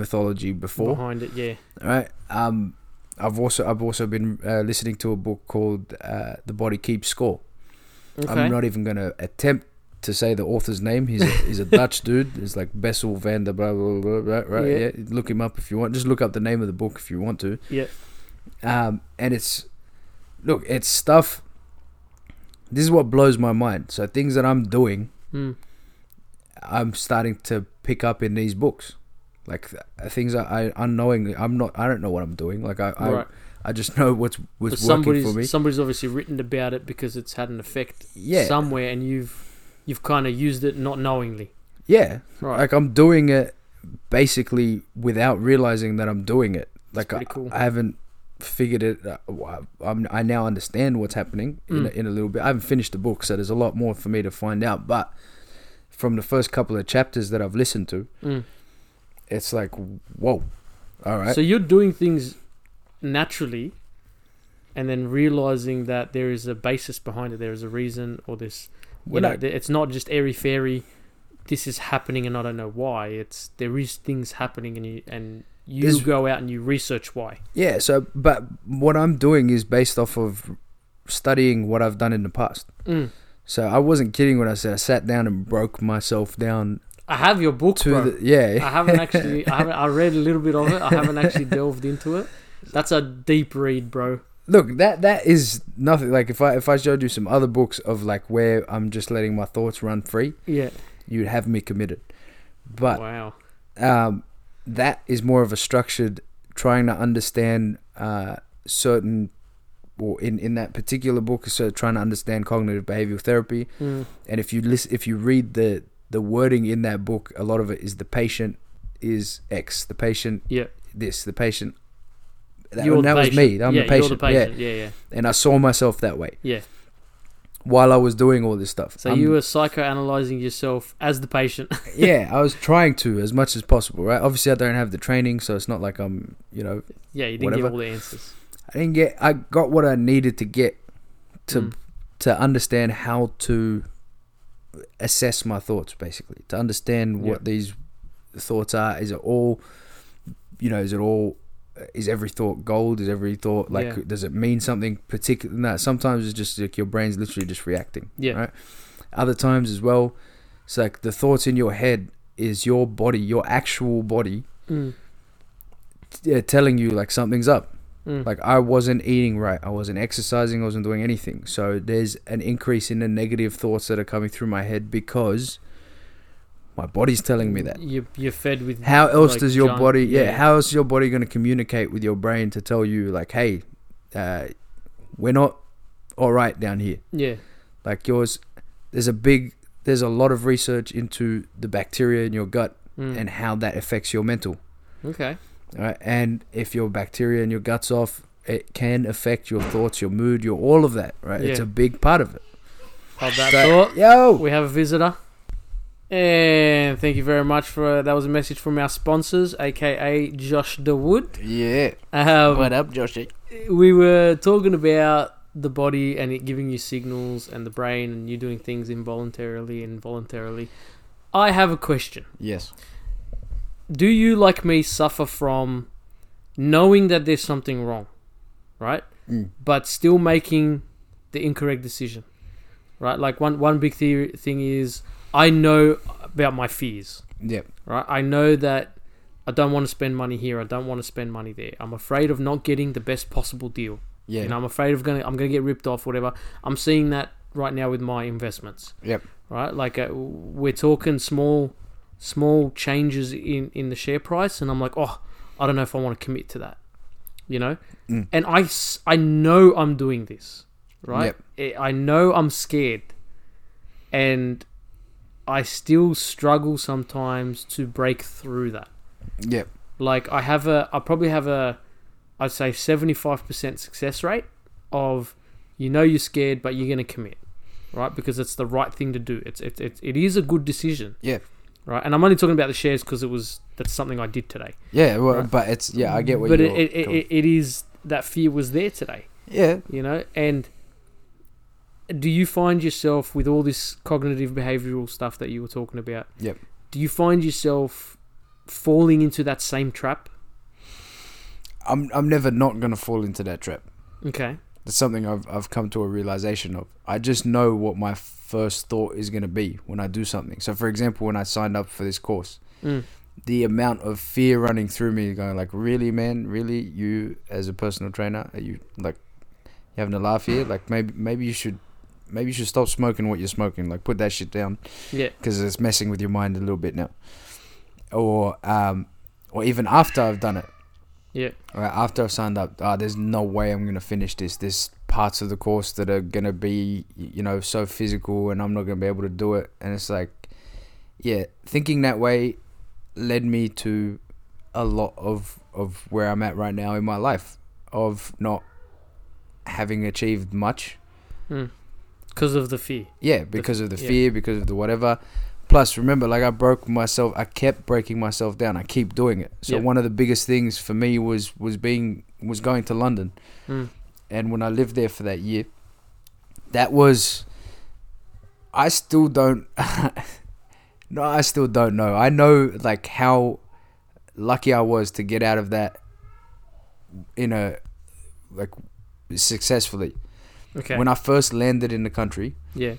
[SPEAKER 1] mythology before.
[SPEAKER 3] Behind it, yeah.
[SPEAKER 1] right? Um, I've also I've also been uh, listening to a book called uh, The Body Keeps Score.
[SPEAKER 3] Okay.
[SPEAKER 1] I'm not even going to attempt to say the author's name. He's a, he's a Dutch dude. It's like Bessel van der blah blah blah blah. Right?
[SPEAKER 3] Yeah.
[SPEAKER 1] Yeah. Look him up if you want. Just look up the name of the book if you want to.
[SPEAKER 3] Yeah.
[SPEAKER 1] Um, and it's look, it's stuff. This is what blows my mind. So things that I'm doing
[SPEAKER 3] Mm.
[SPEAKER 1] I'm starting to pick up in these books, like th- uh, things I, I unknowingly I'm not I don't know what I'm doing. Like I I,
[SPEAKER 3] right.
[SPEAKER 1] I just know what's
[SPEAKER 3] But
[SPEAKER 1] what's working
[SPEAKER 3] somebody's
[SPEAKER 1] for me.
[SPEAKER 3] somebody's obviously written about it because it's had an effect
[SPEAKER 1] Yeah,
[SPEAKER 3] somewhere, and you've you've kind of used it not knowingly.
[SPEAKER 1] yeah.
[SPEAKER 3] Right.
[SPEAKER 1] Like I'm doing it basically without realizing that I'm doing it.
[SPEAKER 3] That's
[SPEAKER 1] Like I,
[SPEAKER 3] pretty cool.
[SPEAKER 1] I haven't figured it. uh, well, I- I'm I now understand what's happening in, a,
[SPEAKER 3] Mm.
[SPEAKER 1] in a little bit. I haven't finished the book, so there's a lot more for me to find out. But from the first couple of chapters that I've listened to,
[SPEAKER 3] Mm.
[SPEAKER 1] it's like whoa. All right.
[SPEAKER 3] So you're doing things naturally and then realizing that there is a basis behind it, there is a reason or this you
[SPEAKER 1] Well,
[SPEAKER 3] know,
[SPEAKER 1] no.
[SPEAKER 3] th- it's not just airy fairy this is happening and I don't know why. It's there is things happening and you and you
[SPEAKER 1] There's-
[SPEAKER 3] go out and you research why.
[SPEAKER 1] Yeah, so but what I'm doing is based off of studying what I've done in the past.
[SPEAKER 3] Mm.
[SPEAKER 1] So I wasn't kidding when I said I sat down and broke myself down
[SPEAKER 3] I have your book
[SPEAKER 1] to
[SPEAKER 3] bro.
[SPEAKER 1] the yeah.
[SPEAKER 3] I haven't actually I haven't I read a little bit of it. I haven't actually delved into it. That's a deep read, bro.
[SPEAKER 1] Look, that that is nothing like if I if I showed you some other books of like where I'm just letting my thoughts run free,
[SPEAKER 3] Yeah.
[SPEAKER 1] you'd have me committed. But
[SPEAKER 3] wow.
[SPEAKER 1] um, that is more of a structured trying to understand uh, certain or in, in that particular book so trying to understand cognitive behavioral therapy
[SPEAKER 3] Mm.
[SPEAKER 1] and if you listen, if you read the the wording in that book, a lot of it is the patient is X, the patient
[SPEAKER 3] Yeah.
[SPEAKER 1] this, the patient. That,
[SPEAKER 3] You're
[SPEAKER 1] and
[SPEAKER 3] the
[SPEAKER 1] that was me.
[SPEAKER 3] patient.
[SPEAKER 1] I'm
[SPEAKER 3] yeah,
[SPEAKER 1] the patient.
[SPEAKER 3] You're the patient. Yeah, yeah.
[SPEAKER 1] Yeah, and I saw myself that way.
[SPEAKER 3] Yeah.
[SPEAKER 1] While I was doing all this stuff.
[SPEAKER 3] So
[SPEAKER 1] I'm-
[SPEAKER 3] you were psychoanalyzing yourself as the patient.
[SPEAKER 1] yeah, I was trying to as much as possible, right? Obviously, I don't have the training, so it's not like I'm, you know,
[SPEAKER 3] yeah, you didn't
[SPEAKER 1] Whatever.
[SPEAKER 3] get all the answers.
[SPEAKER 1] I didn't get. I got what I needed to get to
[SPEAKER 3] Mm.
[SPEAKER 1] to understand how to assess my thoughts, basically, to understand what these thoughts are. Is it all, you know, is it all? Is every thought gold? Is every thought like?
[SPEAKER 3] Yeah.
[SPEAKER 1] Does it mean something particular? No, sometimes it's just like your brain's literally just reacting.
[SPEAKER 3] Yeah.
[SPEAKER 1] Right. Other times as well, it's like the thoughts in your head is your body, your actual body,
[SPEAKER 3] Mm.
[SPEAKER 1] t- uh, telling you like something's up.
[SPEAKER 3] Mm.
[SPEAKER 1] Like I wasn't eating right, I wasn't exercising, I wasn't doing anything. So there's an increase in the negative thoughts that are coming through my head because my body's telling me that.
[SPEAKER 3] you you're fed with
[SPEAKER 1] How else
[SPEAKER 3] Mm. Like
[SPEAKER 1] does your
[SPEAKER 3] junk,
[SPEAKER 1] body yeah,
[SPEAKER 3] yeah.
[SPEAKER 1] how else is your body going to communicate with your brain to tell you like, "Hey, uh, we're not all right down here."
[SPEAKER 3] yeah
[SPEAKER 1] Like yours there's a big there's a lot of research into the bacteria in your gut
[SPEAKER 3] Mm.
[SPEAKER 1] and how that affects your mental
[SPEAKER 3] okay
[SPEAKER 1] Alright, and if your bacteria in your guts off, it can affect your thoughts, your mood, your all of that. Right, it's
[SPEAKER 3] Yeah.
[SPEAKER 1] a big part of it.
[SPEAKER 3] Hold that
[SPEAKER 1] So-
[SPEAKER 3] thought.
[SPEAKER 1] Yo.
[SPEAKER 3] We have a visitor. And thank you very much for that was a message from our sponsors, aka Josh DeWood.
[SPEAKER 2] Yeah.
[SPEAKER 3] Um,
[SPEAKER 2] What up, Joshy?
[SPEAKER 3] we were talking about the body and it giving you signals and the brain and you doing things involuntarily and voluntarily. I have a question.
[SPEAKER 2] Yes.
[SPEAKER 3] Do you, like me, suffer from knowing that there's something wrong, right?
[SPEAKER 1] Mm.
[SPEAKER 3] But still making the incorrect decision, right? Like one, one big theory, thing is I know about my fears,
[SPEAKER 1] Yep.
[SPEAKER 3] right? I know that I don't want to spend money here. I don't want to spend money there. I'm afraid of not getting the best possible deal.
[SPEAKER 2] Yeah.
[SPEAKER 3] You know, I'm afraid of gonna I'm gonna get ripped off, whatever. I'm seeing that right now with my investments.
[SPEAKER 2] Yep.
[SPEAKER 3] Right, like uh, we're talking small, small changes in in the share price, and I'm like, oh, I don't know if I want to commit to that. You know,
[SPEAKER 1] Mm.
[SPEAKER 3] and I s- I know I'm doing this, right?
[SPEAKER 1] Yep.
[SPEAKER 3] I I know I'm scared, and I still struggle sometimes to break through that
[SPEAKER 1] Yep.
[SPEAKER 3] like I have a I probably have a I'd say 75% success rate of you know you're scared but you're going to commit right because it's the right thing to do it's it, it, it is a good decision
[SPEAKER 1] Yeah.
[SPEAKER 3] right and I'm only talking about the shares because it was that's something I did today
[SPEAKER 1] Yeah. Well,
[SPEAKER 3] Right.
[SPEAKER 1] But it's yeah. I get what
[SPEAKER 3] but
[SPEAKER 1] you're.
[SPEAKER 3] it, it, it,
[SPEAKER 1] coming-
[SPEAKER 3] it- it is that fear was there today
[SPEAKER 1] yeah.
[SPEAKER 3] you know and do you find yourself with all this cognitive behavioral stuff that you were talking about
[SPEAKER 1] Yep.
[SPEAKER 3] do you find yourself falling into that same trap
[SPEAKER 1] I'm I'm never not gonna fall into that trap.
[SPEAKER 3] okay
[SPEAKER 1] That's something I've I've come to a realization of. I just know what my first thought is gonna be when I do something. So for example, when I signed up for this course,
[SPEAKER 3] Mm.
[SPEAKER 1] the amount of fear running through me, going like, "Really, man? Really? You as a personal trainer, are you like you having a laugh here? Like maybe maybe you should." Maybe you should stop smoking what you're smoking. Like, put that shit down
[SPEAKER 3] yeah
[SPEAKER 1] because it's messing with your mind a little bit now. Or, um, or even after I've done it,
[SPEAKER 3] yeah
[SPEAKER 1] Right, after I've signed up, ah, there's no way I'm gonna finish this. There's parts of the course that are gonna be, you know, so physical, and I'm not gonna be able to do it. And it's like, yeah, thinking that way led me to a lot of of where I'm at right now in my life, of not having achieved much.
[SPEAKER 3] Because Mm. of the fee.
[SPEAKER 1] Yeah, because of the
[SPEAKER 3] yeah.
[SPEAKER 1] fear, because of the whatever. Plus, remember, like I broke myself. I kept breaking myself down. I keep doing it. So
[SPEAKER 3] Yeah.
[SPEAKER 1] one of the biggest things for me was was being was going to London.
[SPEAKER 3] Mm.
[SPEAKER 1] and when I lived there for that year, that was. I still don't. no, I still don't know. I know like how lucky I was to get out of that in a like successfully.
[SPEAKER 3] Okay.
[SPEAKER 1] When I first landed in the country,
[SPEAKER 3] yeah.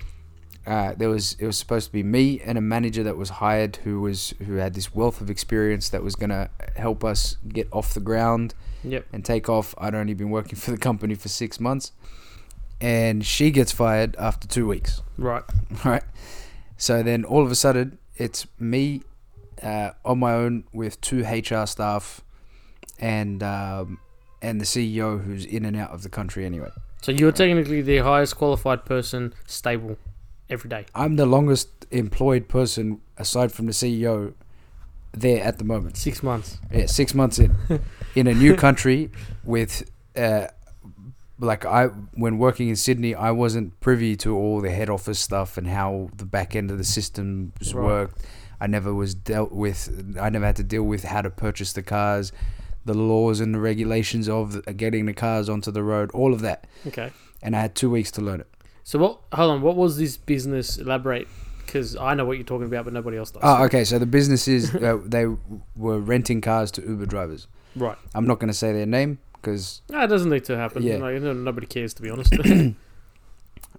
[SPEAKER 1] uh, there was it was supposed to be me and a manager that was hired who was who had this wealth of experience that was gonna help us get off the ground
[SPEAKER 3] Yep.
[SPEAKER 1] and take off. I'd only been working for the company for six months, and she gets fired after two weeks.
[SPEAKER 3] Right.
[SPEAKER 1] Right, so then all of a sudden it's me uh, on my own with two HR staff and um, and the CEO who's in and out of the country anyway.
[SPEAKER 3] So you're technically the highest qualified person, stable, every day.
[SPEAKER 1] I'm the longest employed person aside from the CEO there at the moment.
[SPEAKER 3] Six months.
[SPEAKER 1] Yeah, six months in, in a new country with, uh, like I when working in Sydney, I wasn't privy to all the head office stuff and how the back end of the systems
[SPEAKER 3] Right.
[SPEAKER 1] worked. I never was dealt with. I never had to deal with how to purchase the cars, the laws and the regulations of the- getting the cars onto the road, all of that.
[SPEAKER 3] Okay.
[SPEAKER 1] And I had two weeks to learn it.
[SPEAKER 3] So what? Hold on. What was this business? Elaborate, because I know what you're talking about, but nobody else does.
[SPEAKER 1] Oh, okay. So the businesses uh, they were renting cars to Uber drivers.
[SPEAKER 3] Right.
[SPEAKER 1] I'm not going to say their name because
[SPEAKER 3] No, it doesn't need to happen.
[SPEAKER 1] Yeah.
[SPEAKER 3] Like, no, nobody cares, to be honest.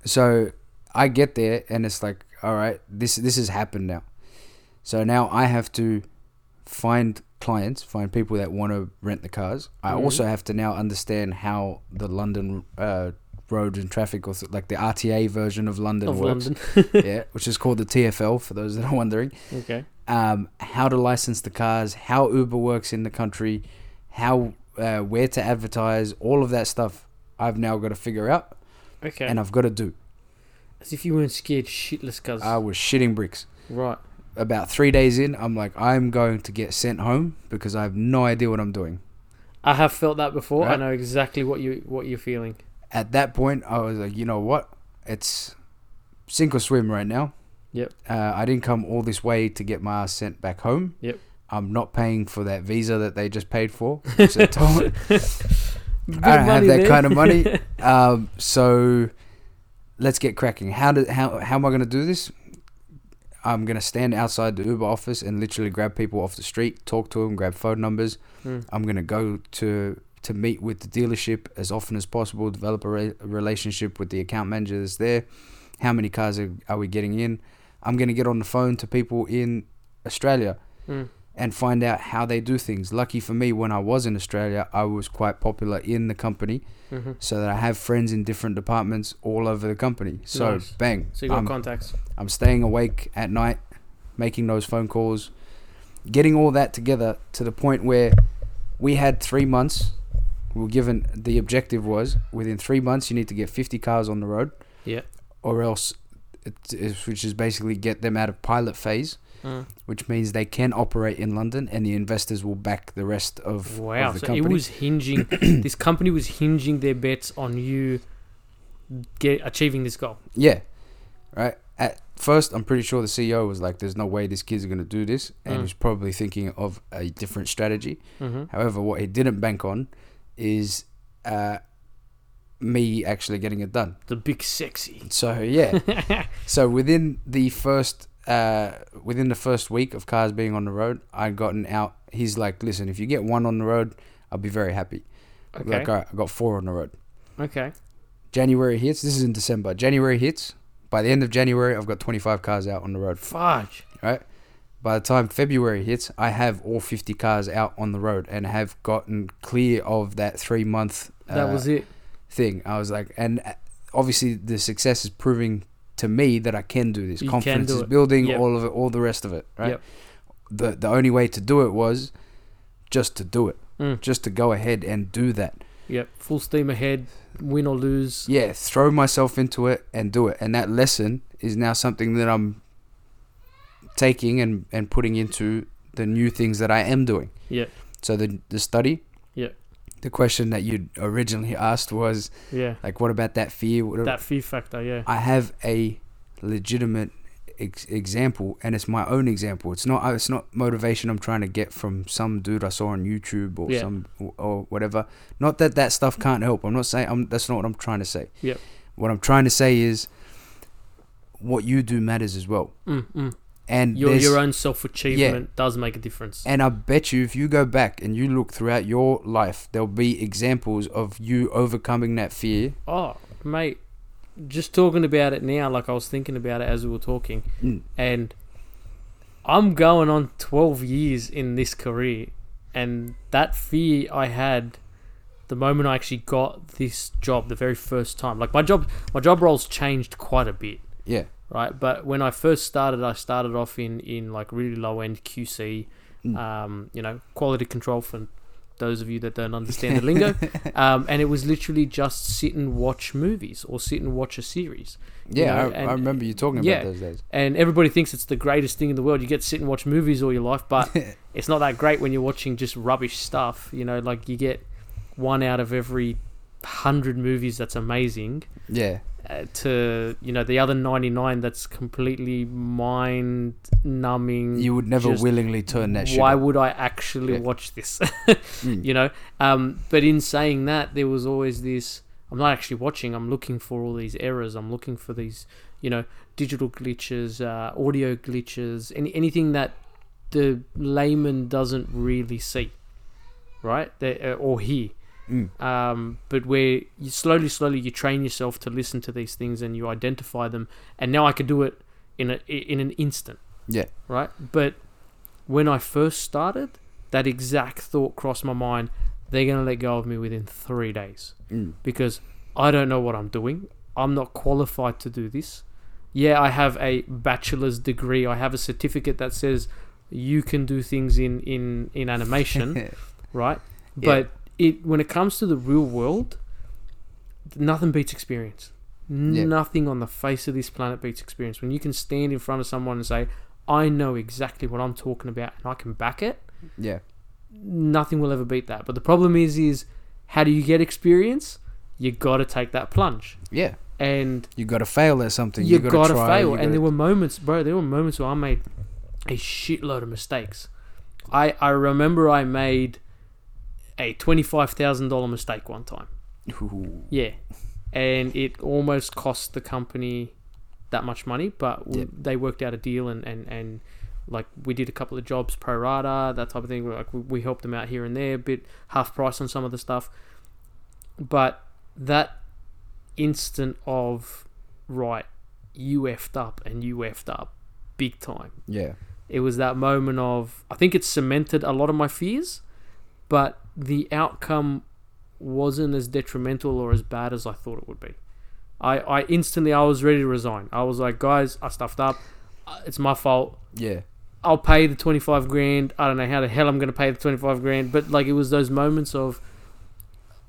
[SPEAKER 1] so I get there and it's like, all right, this this has happened now. So now I have to find clients, find people that want to rent the cars. I
[SPEAKER 3] Mhm.
[SPEAKER 1] also have to now understand how the London uh, road and traffic, auth- like the RTA version of London,
[SPEAKER 3] of
[SPEAKER 1] works.
[SPEAKER 3] London.
[SPEAKER 1] yeah, which is called the TFL for those that are wondering.
[SPEAKER 3] Okay.
[SPEAKER 1] Um, how to license the cars, how Uber works in the country, how uh, where to advertise, all of that stuff. I've now got to figure out,
[SPEAKER 3] Okay.
[SPEAKER 1] and I've got to do.
[SPEAKER 3] As if you weren't scared shitless, cuz.
[SPEAKER 1] I was shitting bricks.
[SPEAKER 3] right.
[SPEAKER 1] About three days in, I'm like, I'm going to get sent home because I have no idea what I'm doing.
[SPEAKER 3] I have felt that before. I
[SPEAKER 1] Right.
[SPEAKER 3] know exactly what you what you're feeling.
[SPEAKER 1] At that point, I was like, you know what? It's sink or swim right now.
[SPEAKER 2] Yep.
[SPEAKER 1] Uh, I didn't come all this way to get my ass sent back home.
[SPEAKER 2] Yep.
[SPEAKER 1] I'm not paying for that visa that they just paid for. which I don't- I don't have
[SPEAKER 3] money
[SPEAKER 1] that
[SPEAKER 3] there.
[SPEAKER 1] kind of money. um, so let's get cracking. How do how how am I going to do this? I'm going to stand outside the Uber office and literally grab people off the street, talk to them, grab phone numbers.
[SPEAKER 2] Mm.
[SPEAKER 1] I'm going to go to to meet with the dealership as often as possible, develop a, re- a relationship with the account manager that's there. How many cars are, are we getting in? I'm going to get on the phone to people in Australia
[SPEAKER 2] Mm.
[SPEAKER 1] and find out how they do things. Lucky for me, when I was in Australia, I was quite popular in the company
[SPEAKER 2] Mm-hmm.
[SPEAKER 1] so that I have friends in different departments all over the company. So
[SPEAKER 3] Nice.
[SPEAKER 1] bang,
[SPEAKER 3] So you got
[SPEAKER 1] I'm,
[SPEAKER 3] contacts.
[SPEAKER 1] I'm staying awake at night, making those phone calls, getting all that together to the point where we had three months. We were given the objective was within three months you need to get 50 cars on the road.
[SPEAKER 3] Yeah.
[SPEAKER 1] Or else, it, it, which is basically get them out of pilot phase,
[SPEAKER 3] Uh,
[SPEAKER 1] which means they can operate in London and the investors will back the rest of,
[SPEAKER 3] wow.
[SPEAKER 1] of the
[SPEAKER 3] So
[SPEAKER 1] company.
[SPEAKER 3] it was hinging. this company was hinging their bets on you get achieving this goal.
[SPEAKER 1] Yeah. Right. At first, I'm pretty sure the CEO was like, there's no way this kid's going to do this. And
[SPEAKER 3] Mm.
[SPEAKER 1] he was probably thinking of a different strategy.
[SPEAKER 3] Mm-hmm.
[SPEAKER 1] However, what he didn't bank on is uh, me actually getting it done.
[SPEAKER 3] The big sexy.
[SPEAKER 1] So, yeah. so, within the first. Uh, within the first week of cars being on the road, I'd gotten out. He's like, "Listen, if you get one on the road, I'll be very happy."
[SPEAKER 3] Okay.
[SPEAKER 1] Like, all right, I got four on the road.
[SPEAKER 3] Okay.
[SPEAKER 1] January hits. This is in December. January hits. By the end of January, I've got 25 cars out on the road.
[SPEAKER 3] Fudge.
[SPEAKER 1] right? By the time February hits, I have all 50 cars out on the road and have gotten clear of that three month
[SPEAKER 3] That was it.
[SPEAKER 1] thing. I was like, and uh, obviously the success is proving to me that I can do this.
[SPEAKER 3] You can
[SPEAKER 1] Confidence
[SPEAKER 3] do
[SPEAKER 1] is
[SPEAKER 3] it.
[SPEAKER 1] building,
[SPEAKER 3] Yep.
[SPEAKER 1] all of it, all the rest of it, right?
[SPEAKER 3] Yep.
[SPEAKER 1] The, the only way to do it was just to do it,
[SPEAKER 3] Mm.
[SPEAKER 1] just to go ahead and do that.
[SPEAKER 3] Yep. Full steam ahead. Win or lose.
[SPEAKER 1] Yeah, throw myself into it and do it. And that lesson is now something that I'm taking and, and putting into the new things that I am doing.
[SPEAKER 3] Yeah.
[SPEAKER 1] So the the study.
[SPEAKER 3] Yeah.
[SPEAKER 1] The question that you originally asked was
[SPEAKER 3] Yeah.
[SPEAKER 1] like, what about that fear? What-
[SPEAKER 3] That fear factor. Yeah.
[SPEAKER 1] I have a legitimate ex- example, and it's my own example. It's not it's not motivation I'm trying to get from some dude I saw on YouTube or
[SPEAKER 3] Yeah.
[SPEAKER 1] some or whatever. Not that that stuff can't help. I'm not saying I'm, that's not what I'm trying to say.
[SPEAKER 3] Yep.
[SPEAKER 1] What I'm trying to say is what you do matters as well.
[SPEAKER 3] Mm, mm.
[SPEAKER 1] And
[SPEAKER 3] Your
[SPEAKER 1] there's-
[SPEAKER 3] your own self achievement does make a difference.
[SPEAKER 1] and I bet you, if you go back and you look throughout your life, there'll be examples of you overcoming that fear.
[SPEAKER 3] Oh, mate, just talking about it now, like I was thinking about it as we were talking,
[SPEAKER 1] Mm.
[SPEAKER 3] and I'm going on 12 years in this career, and that fear I had the moment I actually got this job, the very first time, like my job, my job roles changed quite a bit,
[SPEAKER 1] Yeah.
[SPEAKER 3] right? But when I first started, I started off in in like really low end QC, um, you know, quality control for those of you that don't understand the lingo. Um, and it was literally just sit and watch movies or sit and watch a series. you
[SPEAKER 1] Yeah,
[SPEAKER 3] know,
[SPEAKER 1] I,
[SPEAKER 3] and-
[SPEAKER 1] I remember you talking
[SPEAKER 3] yeah.
[SPEAKER 1] about those days.
[SPEAKER 3] And everybody thinks it's the greatest thing in the world. You get to sit and watch movies all your life, but it's not that great when you're watching just rubbish stuff. You know, like you get one out of every hundred movies that's amazing
[SPEAKER 1] Yeah.
[SPEAKER 3] uh, to you know the other 99 that's completely mind numbing
[SPEAKER 1] You would never
[SPEAKER 3] Mm, Just
[SPEAKER 1] willingly turn that shit.
[SPEAKER 3] why
[SPEAKER 1] up.
[SPEAKER 3] would I actually
[SPEAKER 1] Yeah.
[SPEAKER 3] watch this?
[SPEAKER 1] Mm.
[SPEAKER 3] You know, um, but in saying that, there was always this. I'm not actually watching. I'm looking for all these errors. I'm looking for these, you know, digital glitches, uh, audio glitches, any, anything that the layman doesn't really see, right? They, uh, or hear.
[SPEAKER 1] Mm.
[SPEAKER 3] Um, but where you slowly, slowly, you train yourself to listen to these things and you identify them. And now I could do it in a in an instant.
[SPEAKER 1] Yeah.
[SPEAKER 3] Right. But when I first started, that exact thought crossed my mind. They're gonna let go of me within three days
[SPEAKER 1] Mm.
[SPEAKER 3] because I don't know what I'm doing. I'm not qualified to do this. Yeah, I have a bachelor's degree. I have a certificate that says you can do things in in in animation, right? But it when it comes to the real world, nothing beats experience.
[SPEAKER 1] Yeah.
[SPEAKER 3] Nothing on the face of this planet beats experience. When you can stand in front of someone and say, "I know exactly what I'm talking about and I can back it,"
[SPEAKER 1] yeah.
[SPEAKER 3] nothing will ever beat that. But the problem is, is how do you get experience? You got to take that plunge.
[SPEAKER 1] Yeah.
[SPEAKER 3] and
[SPEAKER 1] You got to fail at something.
[SPEAKER 3] you,
[SPEAKER 1] gotta
[SPEAKER 3] gotta,
[SPEAKER 1] try,
[SPEAKER 3] fail.
[SPEAKER 1] you
[SPEAKER 3] and
[SPEAKER 1] gotta-
[SPEAKER 3] there were moments, bro. There were moments where I made a shitload of mistakes. I I remember I made a twenty five thousand dollar mistake one time.
[SPEAKER 1] Ooh.
[SPEAKER 3] Yeah, and it almost cost the company that much money, but we,
[SPEAKER 1] Yep.
[SPEAKER 3] they worked out a deal and and and like we did a couple of jobs pro rata that type of thing. Like we, we helped them out here and there, a bit half price on some of the stuff, but that instant of right, you effed up and you effed up big time
[SPEAKER 1] yeah,
[SPEAKER 3] it was that moment of I think it cemented a lot of my fears, but the outcome wasn't as detrimental or as bad as I thought it would be. I, I instantly I was ready to resign. I was like, guys, I stuffed up. Uh, It's my fault.
[SPEAKER 1] yeah,
[SPEAKER 3] I'll pay the twenty five grand. I don't know how the hell I'm gonna pay the twenty five grand, but like it was those moments of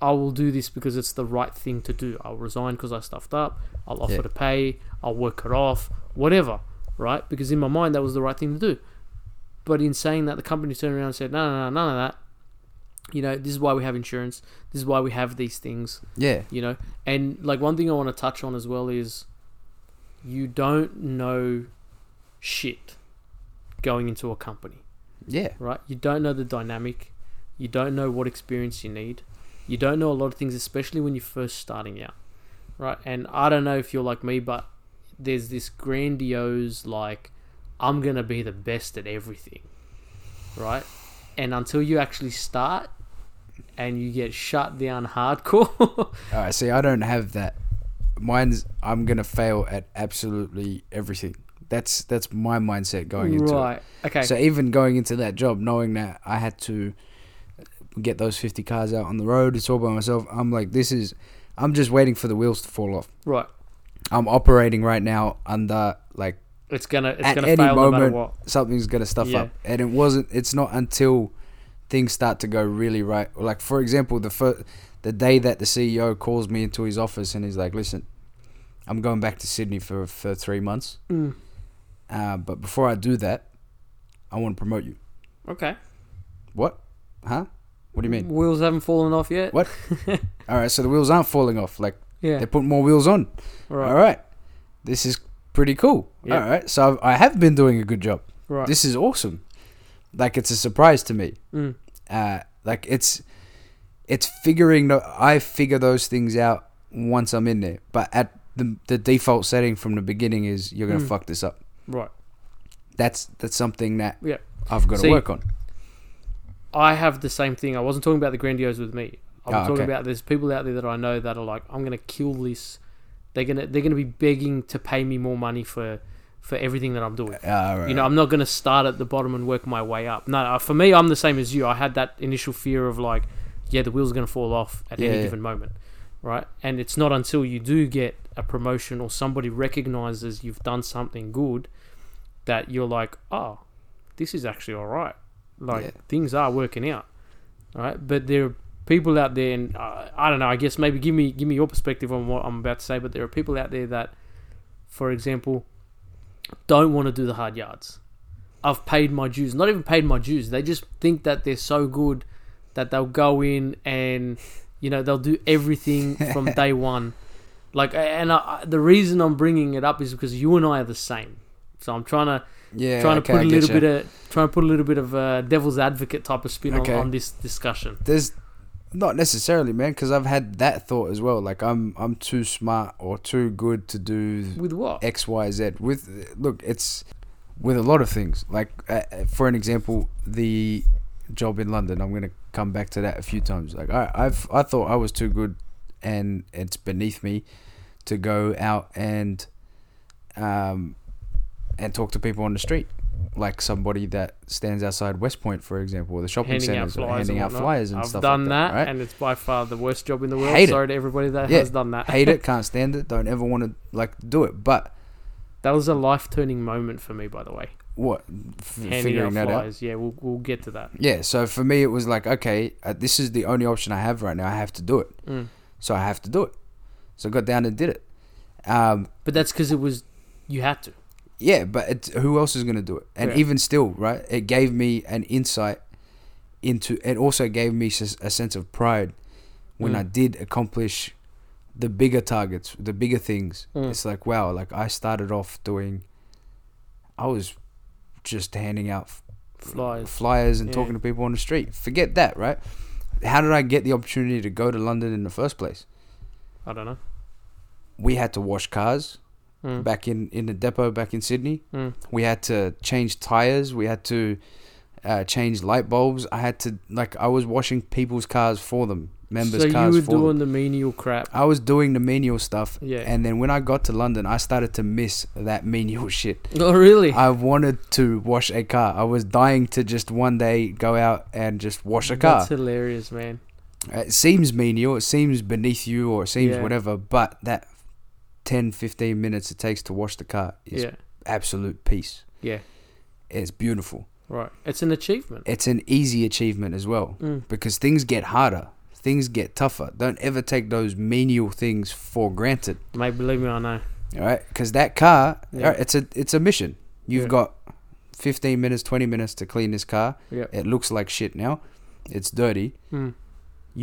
[SPEAKER 3] I will do this because it's the right thing to do. I'll resign because I stuffed up. I'll offer
[SPEAKER 1] Yeah.
[SPEAKER 3] to pay. I'll work it off. Whatever, right? Because in my mind that was the right thing to do. But in saying that, the company turned around and said, "No, no, no, none of that. You know, this is why we have insurance. This is why we have these things
[SPEAKER 1] yeah,
[SPEAKER 3] you know and like one thing i want to touch on as well is you don't know shit going into a company
[SPEAKER 1] yeah,
[SPEAKER 3] right you don't know the dynamic you don't know what experience you need you don't know a lot of things especially when you're first starting out right and i don't know if you're like me but there's this grandiose like i'm gonna be the best at everything right and until you actually start and you get shut down hardcore
[SPEAKER 1] All right, see, I don't have that. Mine's I'm gonna fail at absolutely everything. That's that's my mindset going into it.
[SPEAKER 3] right. Okay.
[SPEAKER 1] So even going into that job, knowing that I had to get those 50 cars out on the road, it's all by myself. I'm like, this is, I'm just waiting for the wheels to fall off.
[SPEAKER 3] right.
[SPEAKER 1] I'm operating right now under like
[SPEAKER 3] It's gonna it's
[SPEAKER 1] At
[SPEAKER 3] gonna
[SPEAKER 1] any
[SPEAKER 3] fail no matter
[SPEAKER 1] moment-
[SPEAKER 3] what.
[SPEAKER 1] something's gonna stuff
[SPEAKER 3] Yeah.
[SPEAKER 1] up, and it wasn't. It's not until things start to go really right. Like for example, the first, the day that the CEO calls me into his office and he's like, "Listen, I'm going back to Sydney for for three months,
[SPEAKER 3] Mm.
[SPEAKER 1] uh, but before I do that, I want to promote you."
[SPEAKER 3] Okay.
[SPEAKER 1] What? Huh? What do you mean?
[SPEAKER 3] Wheels haven't fallen off yet.
[SPEAKER 1] What? All right, so the wheels aren't falling off. Like
[SPEAKER 3] Yeah.
[SPEAKER 1] they put more wheels on.
[SPEAKER 3] Right.
[SPEAKER 1] All right, this is pretty cool.
[SPEAKER 3] Yeah.
[SPEAKER 1] All right, so I've, I have been doing a good job.
[SPEAKER 3] Right.
[SPEAKER 1] This is awesome. Like it's a surprise to me.
[SPEAKER 3] Mm.
[SPEAKER 1] uh, like it's it's figuring tho- I figure those things out once I'm in there. But at the the default setting from the beginning is you're gonna
[SPEAKER 3] Mm.
[SPEAKER 1] fuck this up.
[SPEAKER 3] Right.
[SPEAKER 1] That's that's something that
[SPEAKER 3] Yeah.
[SPEAKER 1] I've got to
[SPEAKER 3] See,
[SPEAKER 1] work on.
[SPEAKER 3] I have the same thing. I wasn't talking about the grandiose with me. I'm
[SPEAKER 1] Ah,
[SPEAKER 3] talking
[SPEAKER 1] okay.
[SPEAKER 3] about there's people out there that I know that are like, I'm gonna kill this. They're gonna they're gonna be begging to pay me more money for for everything that I'm doing.
[SPEAKER 1] All right.
[SPEAKER 3] You know, I'm not going to start at the bottom and work my way up. No, uh, for me, I'm the same as you. I had that initial fear of like, yeah, the wheel's going to fall off at
[SPEAKER 1] Yeah,
[SPEAKER 3] any
[SPEAKER 1] yeah.
[SPEAKER 3] given moment, right? And it's not until you do get a promotion or somebody recognizes you've done something good that you're like, oh, this is actually all right. Like
[SPEAKER 1] Yeah.
[SPEAKER 3] things are working out, all right? But there are people out there, and uh, I don't know. I guess maybe give me give me your perspective on what I'm about to say. But there are people out there that, for example, don't want to do the hard yards. I've paid my dues. Not even paid my dues. They just think that they're so good that they'll go in and you know they'll do everything from day one. Like, and I, I- the reason I'm bringing it up is because you and I are the same. So I'm trying to
[SPEAKER 1] yeah.
[SPEAKER 3] trying
[SPEAKER 1] okay,
[SPEAKER 3] to put
[SPEAKER 1] I
[SPEAKER 3] a
[SPEAKER 1] get
[SPEAKER 3] little
[SPEAKER 1] you.
[SPEAKER 3] bit of trying to put a little bit of uh, devil's advocate type of spin
[SPEAKER 1] Okay.
[SPEAKER 3] on, on this discussion.
[SPEAKER 1] There's not necessarily, man, because I've had that thought as well. Like I'm I'm too smart or too good to do
[SPEAKER 3] With what?
[SPEAKER 1] X, Y, Z. With look, it's with a lot of things. Like uh, uh, for an example, the job in London. I'm gonna come back to that a few times. Like I, I've I thought I was too good, and it's beneath me to go out and um and talk to people on the street. Like somebody that stands outside West Point, for example, or the shopping
[SPEAKER 3] handing out
[SPEAKER 1] centers, or
[SPEAKER 3] flyers,
[SPEAKER 1] handing
[SPEAKER 3] and
[SPEAKER 1] out
[SPEAKER 3] whatnot.
[SPEAKER 1] flyers and
[SPEAKER 3] I've
[SPEAKER 1] stuff
[SPEAKER 3] done
[SPEAKER 1] like
[SPEAKER 3] that,
[SPEAKER 1] that. right?
[SPEAKER 3] and it's by far the worst job in the world.
[SPEAKER 1] Hate it.
[SPEAKER 3] Sorry to everybody that
[SPEAKER 1] Yeah.
[SPEAKER 3] has done that.
[SPEAKER 1] Hate it, can't stand it, don't ever want to like do it. But
[SPEAKER 3] that was a life turning moment for me, by the way.
[SPEAKER 1] what f-
[SPEAKER 3] Handing out
[SPEAKER 1] Mm, figuring that out?
[SPEAKER 3] flyers. Yeah, we'll we'll get to that.
[SPEAKER 1] Yeah, so for me, it was like, okay, uh, this is the only option I have right now. I have to do it.
[SPEAKER 3] Mm.
[SPEAKER 1] So I have to do it. So I got down and did it. Um,
[SPEAKER 3] But that's because it was you had to.
[SPEAKER 1] yeah, but it, who else is going to do it? And
[SPEAKER 3] Yeah.
[SPEAKER 1] even still, right, it gave me an insight into, it also gave me s- a sense of pride when
[SPEAKER 3] Mm.
[SPEAKER 1] I did accomplish the bigger targets, the bigger things.
[SPEAKER 2] Mm.
[SPEAKER 1] It's like wow, like I started off doing, I was just handing out f-
[SPEAKER 3] Flyers.
[SPEAKER 1] flyers and
[SPEAKER 3] Yeah.
[SPEAKER 1] talking to people on the street. Forget that, right? How did I get the opportunity to go to London in the first place?
[SPEAKER 3] I don't know.
[SPEAKER 1] We had to wash cars
[SPEAKER 3] Mm.
[SPEAKER 1] back in in the depot back in Sydney.
[SPEAKER 3] Mm.
[SPEAKER 1] We had to change tires. We had to uh, change light bulbs. I had to like I was washing people's cars for them, members'
[SPEAKER 3] so
[SPEAKER 1] cars Ah.
[SPEAKER 3] you were
[SPEAKER 1] for them.
[SPEAKER 3] doing the menial crap.
[SPEAKER 1] I was doing the menial stuff,
[SPEAKER 3] Yeah.
[SPEAKER 1] and then when I got to London, I started to miss that menial shit.
[SPEAKER 3] oh really?
[SPEAKER 1] I wanted to wash a car. I was dying to just one day go out and just wash a car.
[SPEAKER 3] That's hilarious, man.
[SPEAKER 1] It seems menial, it seems beneath you, or it seems
[SPEAKER 3] Yeah.
[SPEAKER 1] whatever, but that 10 15 minutes it takes to wash the car is
[SPEAKER 3] yeah.
[SPEAKER 1] absolute peace.
[SPEAKER 3] Yeah.
[SPEAKER 1] It's beautiful.
[SPEAKER 3] Right. It's an achievement.
[SPEAKER 1] It's an easy achievement as well
[SPEAKER 3] Mm.
[SPEAKER 1] because things get harder, things get tougher. Don't ever take those menial things for granted.
[SPEAKER 3] Mate, believe me, I know.
[SPEAKER 1] All right, because that car,
[SPEAKER 3] Yeah.
[SPEAKER 1] all right, it's a it's a mission. You've
[SPEAKER 3] Yeah.
[SPEAKER 1] got fifteen minutes, twenty minutes to clean this car.
[SPEAKER 3] Yeah.
[SPEAKER 1] It looks like shit now. It's dirty.
[SPEAKER 3] Mm.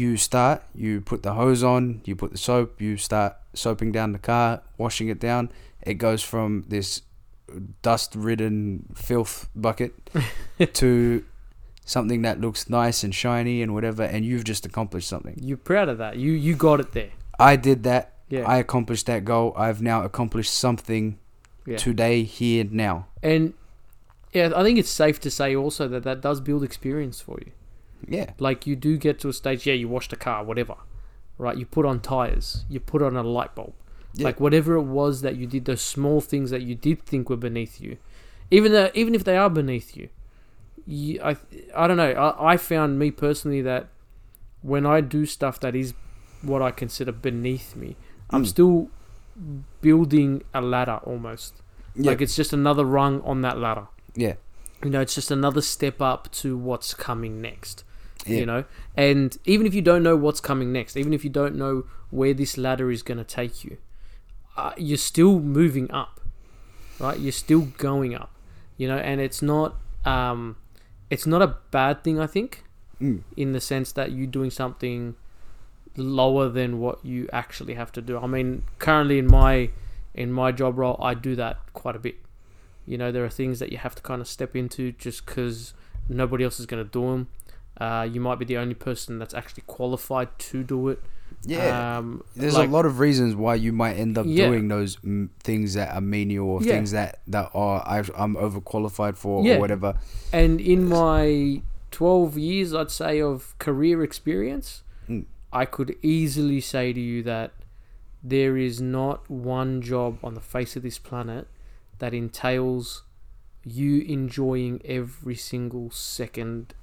[SPEAKER 1] You start. You put the hose on. You put the soap. You start soaping down the car, washing it down. It goes from this dust-ridden filth bucket to something that looks nice and shiny and whatever. And you've just accomplished something.
[SPEAKER 3] You're proud of that. You you got it there.
[SPEAKER 1] I did that.
[SPEAKER 3] Yeah.
[SPEAKER 1] I accomplished that goal. I've now accomplished something
[SPEAKER 3] Yeah.
[SPEAKER 1] today, here, now.
[SPEAKER 3] and yeah, I think it's safe to say also that that does build experience for you.
[SPEAKER 1] Yeah.
[SPEAKER 3] Like you do get to a stage, yeah, you wash the car, whatever, right? You put on tires, you put on a light bulb,
[SPEAKER 1] Yeah.
[SPEAKER 3] like whatever it was that you did, those small things that you did think were beneath you, even though even if they are beneath you, you I I don't know. I, I found me personally that when I do stuff that is what I consider beneath me, I'm
[SPEAKER 1] Mm.
[SPEAKER 3] still building a ladder almost.
[SPEAKER 1] Yeah.
[SPEAKER 3] Like it's just another rung on that ladder.
[SPEAKER 1] Yeah.
[SPEAKER 3] You know, it's just another step up to what's coming next.
[SPEAKER 1] Yeah.
[SPEAKER 3] You know, and even if you don't know what's coming next, even if you don't know where this ladder is going to take you, uh, you're still moving up, right? You're still going up. You know, and it's not, um, it's not a bad thing. I think
[SPEAKER 1] Mm.
[SPEAKER 3] in the sense that you doing something lower than what you actually have to do. I mean, currently in my in my job role, I do that quite a bit. You know, there are things that you have to kind of step into just because nobody else is going to do them. Uh, you might be the only person that's actually qualified to do it.
[SPEAKER 1] Yeah.
[SPEAKER 3] Um,
[SPEAKER 1] There's
[SPEAKER 3] like-
[SPEAKER 1] a lot of reasons why you might end up
[SPEAKER 3] Yeah.
[SPEAKER 1] doing those mm, things that are menial or
[SPEAKER 3] Yeah.
[SPEAKER 1] things that, that are I, I'm overqualified for
[SPEAKER 3] Yeah.
[SPEAKER 1] or whatever.
[SPEAKER 3] And in my 12 years, I'd say, of career experience,
[SPEAKER 1] Mm.
[SPEAKER 3] I could easily say to you that there is not one job on the face of this planet that entails you enjoying every single second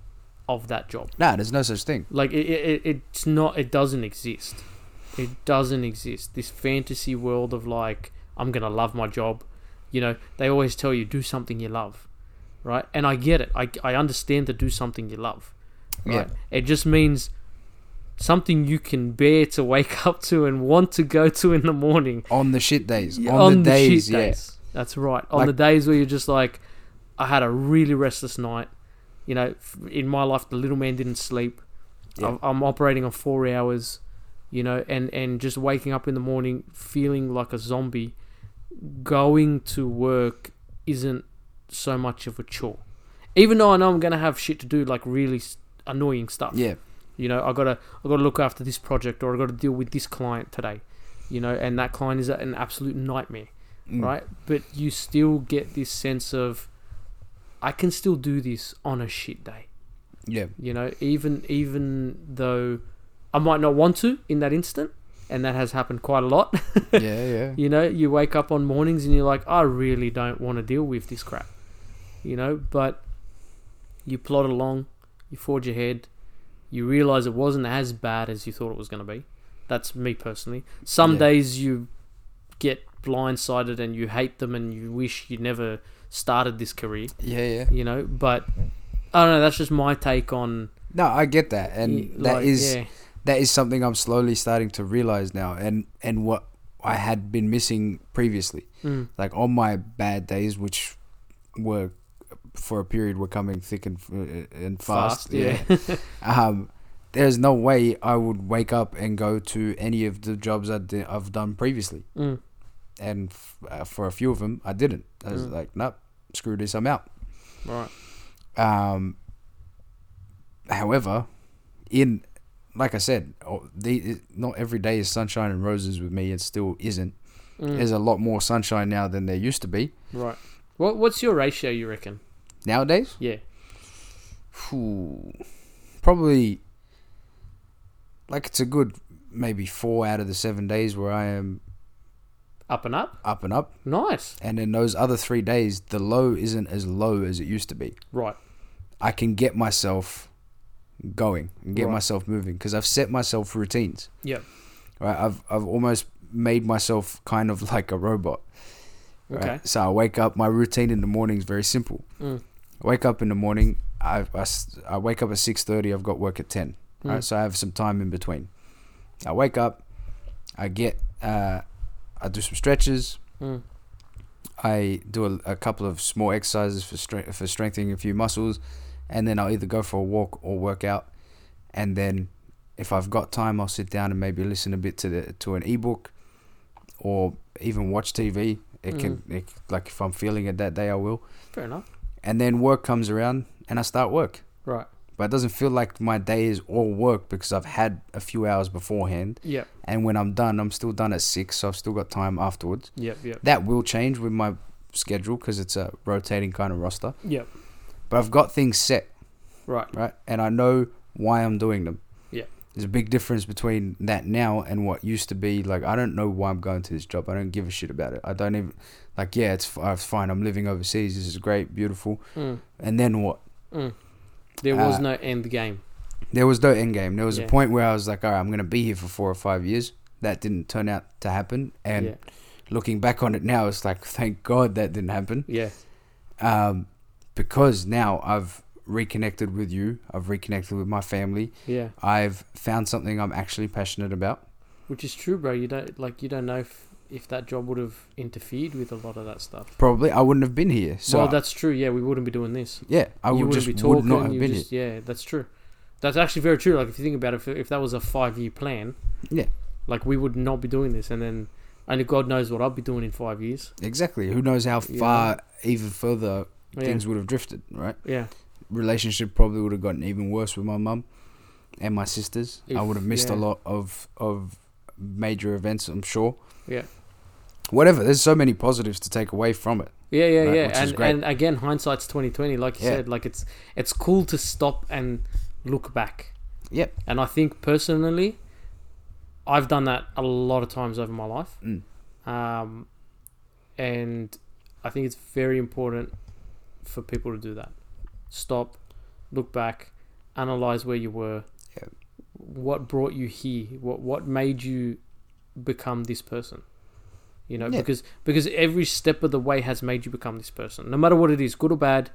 [SPEAKER 3] of that job.
[SPEAKER 1] Nah, there's no such thing.
[SPEAKER 3] Like, it, it, it- it's not, it doesn't exist. It doesn't exist. This fantasy world of like, I'm going to love my job. You know, they always tell you, do something you love, right? And I get it. I, I understand to do something you love, right? It just means something you can bear to wake up to and want to go to in the morning.
[SPEAKER 1] On the shit days.
[SPEAKER 3] Yeah,
[SPEAKER 1] on, the, days,
[SPEAKER 3] shit
[SPEAKER 1] yeah.
[SPEAKER 3] days. That's right. On
[SPEAKER 1] Like-
[SPEAKER 3] the days where you're just like, I had a really restless night. You know, f- in my life, the little man didn't sleep.
[SPEAKER 1] Yeah.
[SPEAKER 3] I'm- I'm operating on four hours, you know, and, and just waking up in the morning feeling like a zombie. Going to work isn't so much of a chore. Even though I know I'm going to have shit to do, like really s- annoying stuff.
[SPEAKER 1] Yeah.
[SPEAKER 3] You know, I gotta I gotta look after this project or I gotta deal with this client today. You know, and that client is an absolute nightmare,
[SPEAKER 1] Mm.
[SPEAKER 3] right? But you still get this sense of I can still do this on a shit day.
[SPEAKER 1] Yeah.
[SPEAKER 3] You know, even even though I might not want to in that instant, and that has happened quite a lot.
[SPEAKER 1] Yeah. Yeah.
[SPEAKER 3] you know, you wake up on mornings and you're like, I really don't want to deal with this crap. You know, but you plod along, you forge ahead, you realize it wasn't as bad as you thought it was going to be. That's me personally. Some
[SPEAKER 1] Yeah.
[SPEAKER 3] days you get blindsided and you hate them and you wish you never started this career,
[SPEAKER 1] Yeah. Yeah.
[SPEAKER 3] you know, but I don't know, that's just my take on
[SPEAKER 1] No, I get that. And
[SPEAKER 3] like,
[SPEAKER 1] that is
[SPEAKER 3] yeah,
[SPEAKER 1] that is something I'm slowly starting to realize now and and what I had been missing previously.
[SPEAKER 3] Mm.
[SPEAKER 1] Like on my bad days which were for a period were coming thick and f- and fast,
[SPEAKER 3] fast, yeah.
[SPEAKER 1] um there's no way I would wake up and go to any of the jobs I did, I've done previously.
[SPEAKER 3] Mm.
[SPEAKER 1] And f- uh, for a few of them, I didn't. I was
[SPEAKER 3] Mm.
[SPEAKER 1] like, nope, screw this, I'm out.
[SPEAKER 3] Right.
[SPEAKER 1] Um, however, in like I said, oh, the, it- not every day is sunshine and roses with me. It still isn't.
[SPEAKER 3] Mm.
[SPEAKER 1] There's a lot more sunshine now than there used to be
[SPEAKER 3] Right. What What's your ratio? You reckon?
[SPEAKER 1] nowadays.
[SPEAKER 3] Yeah.
[SPEAKER 1] phew, probably like it's a good maybe four out of the seven days where I am
[SPEAKER 3] Up and up.
[SPEAKER 1] up and up,
[SPEAKER 3] Nice.
[SPEAKER 1] and in those other three days, the low isn't as low as it used to be.
[SPEAKER 3] Right.
[SPEAKER 1] I can get myself going and get
[SPEAKER 3] Right.
[SPEAKER 1] myself moving because I've set myself routines.
[SPEAKER 3] Yep.
[SPEAKER 1] Right, I've I've almost made myself kind of like a robot. right?
[SPEAKER 3] Okay.
[SPEAKER 1] So I wake up. My routine in the morning is very simple.
[SPEAKER 3] Mm.
[SPEAKER 1] I wake up in the morning. I, I s- I wake up at six thirty. I've got work at ten. Right,
[SPEAKER 3] Mm.
[SPEAKER 1] so I have some time in between. I wake up. I get. Uh, I do some stretches.
[SPEAKER 3] Mm.
[SPEAKER 1] I do a, a couple of small exercises for stre- for strengthening a few muscles, and then I'll either go for a walk or work out, and then if I've got time, I'll sit down and maybe listen a bit to the to an ebook, or even watch TV. It can it, like if I'm feeling it that day, I will.
[SPEAKER 3] Fair enough.
[SPEAKER 1] And then work comes around, and I start work.
[SPEAKER 3] Right.
[SPEAKER 1] But it doesn't feel like my day is all work because I've had a few hours beforehand,
[SPEAKER 3] Yep.
[SPEAKER 1] and when I'm done, I'm still done at six, so I've still got time afterwards
[SPEAKER 3] Yep. Yep.
[SPEAKER 1] that will change with my schedule because it's a rotating kind of roster.
[SPEAKER 3] Yep.
[SPEAKER 1] But I've got things set,
[SPEAKER 3] Right.
[SPEAKER 1] right? And I know why I'm doing them.
[SPEAKER 3] Yeah.
[SPEAKER 1] There's a big difference between that now and what used to be. Like, I don't know why I'm going to this job. I don't give a shit about it. I don't even, like, yeah, it's, fi- it's fine. I'm living overseas. This is great, beautiful.
[SPEAKER 3] Mm.
[SPEAKER 1] And then what?
[SPEAKER 3] Mm. There was
[SPEAKER 1] Uh,
[SPEAKER 3] no end game.
[SPEAKER 1] There was no end game. There was
[SPEAKER 3] Yeah.
[SPEAKER 1] a point where I was like, all right, I'm going to be here for four or five years. That didn't turn out to happen. And
[SPEAKER 3] yeah.
[SPEAKER 1] looking back on it now, it's like, thank God that didn't happen.
[SPEAKER 3] Yeah.
[SPEAKER 1] um, because now I've reconnected with you, I've reconnected with my family,
[SPEAKER 3] Yeah.
[SPEAKER 1] I've found something I'm actually passionate about.
[SPEAKER 3] Which is true, bro. You don't like you don't know if if that job would have interfered with a lot of that stuff.
[SPEAKER 1] Probably I wouldn't have been here. So
[SPEAKER 3] well, that's true. Yeah, we wouldn't be doing this.
[SPEAKER 1] yeah, I
[SPEAKER 3] you
[SPEAKER 1] would
[SPEAKER 3] wouldn't
[SPEAKER 1] just
[SPEAKER 3] be talking.
[SPEAKER 1] would not have
[SPEAKER 3] you
[SPEAKER 1] been
[SPEAKER 3] just, Yeah, that's true. That's actually very true. Like if you think about it, if, if that was a five-year plan,
[SPEAKER 1] Yeah.
[SPEAKER 3] like we would not be doing this, and then only God knows what I'll be doing in five years.
[SPEAKER 1] here. Exactly. Who knows how
[SPEAKER 3] Yeah.
[SPEAKER 1] far even further
[SPEAKER 3] Yeah,
[SPEAKER 1] things would have drifted, right?
[SPEAKER 3] yeah,
[SPEAKER 1] Relationship probably would have gotten even worse with my mum and my sisters. I
[SPEAKER 3] If-
[SPEAKER 1] would have missed a
[SPEAKER 3] yeah.
[SPEAKER 1] lot of of major events, I'm sure.
[SPEAKER 3] Yeah.
[SPEAKER 1] Whatever, there's so many positives to take away from it.
[SPEAKER 3] yeah, yeah,
[SPEAKER 1] Right,
[SPEAKER 3] yeah.
[SPEAKER 1] which is
[SPEAKER 3] And
[SPEAKER 1] great.
[SPEAKER 3] and again, hindsight's twenty twenty. Like you
[SPEAKER 1] Yeah.
[SPEAKER 3] said, like it's it's cool to stop and look back.
[SPEAKER 1] Yep.
[SPEAKER 3] And I think personally, I've done that a lot of times over my life.
[SPEAKER 1] Mm.
[SPEAKER 3] Um, and I think it's very important for people to do that. Stop, look back, analyze where you were,
[SPEAKER 1] Yeah.
[SPEAKER 3] what brought you here, what what made you become this person. You know,
[SPEAKER 1] Yeah.
[SPEAKER 3] because because every step of the way has made you become this person, no matter what it is, good or bad.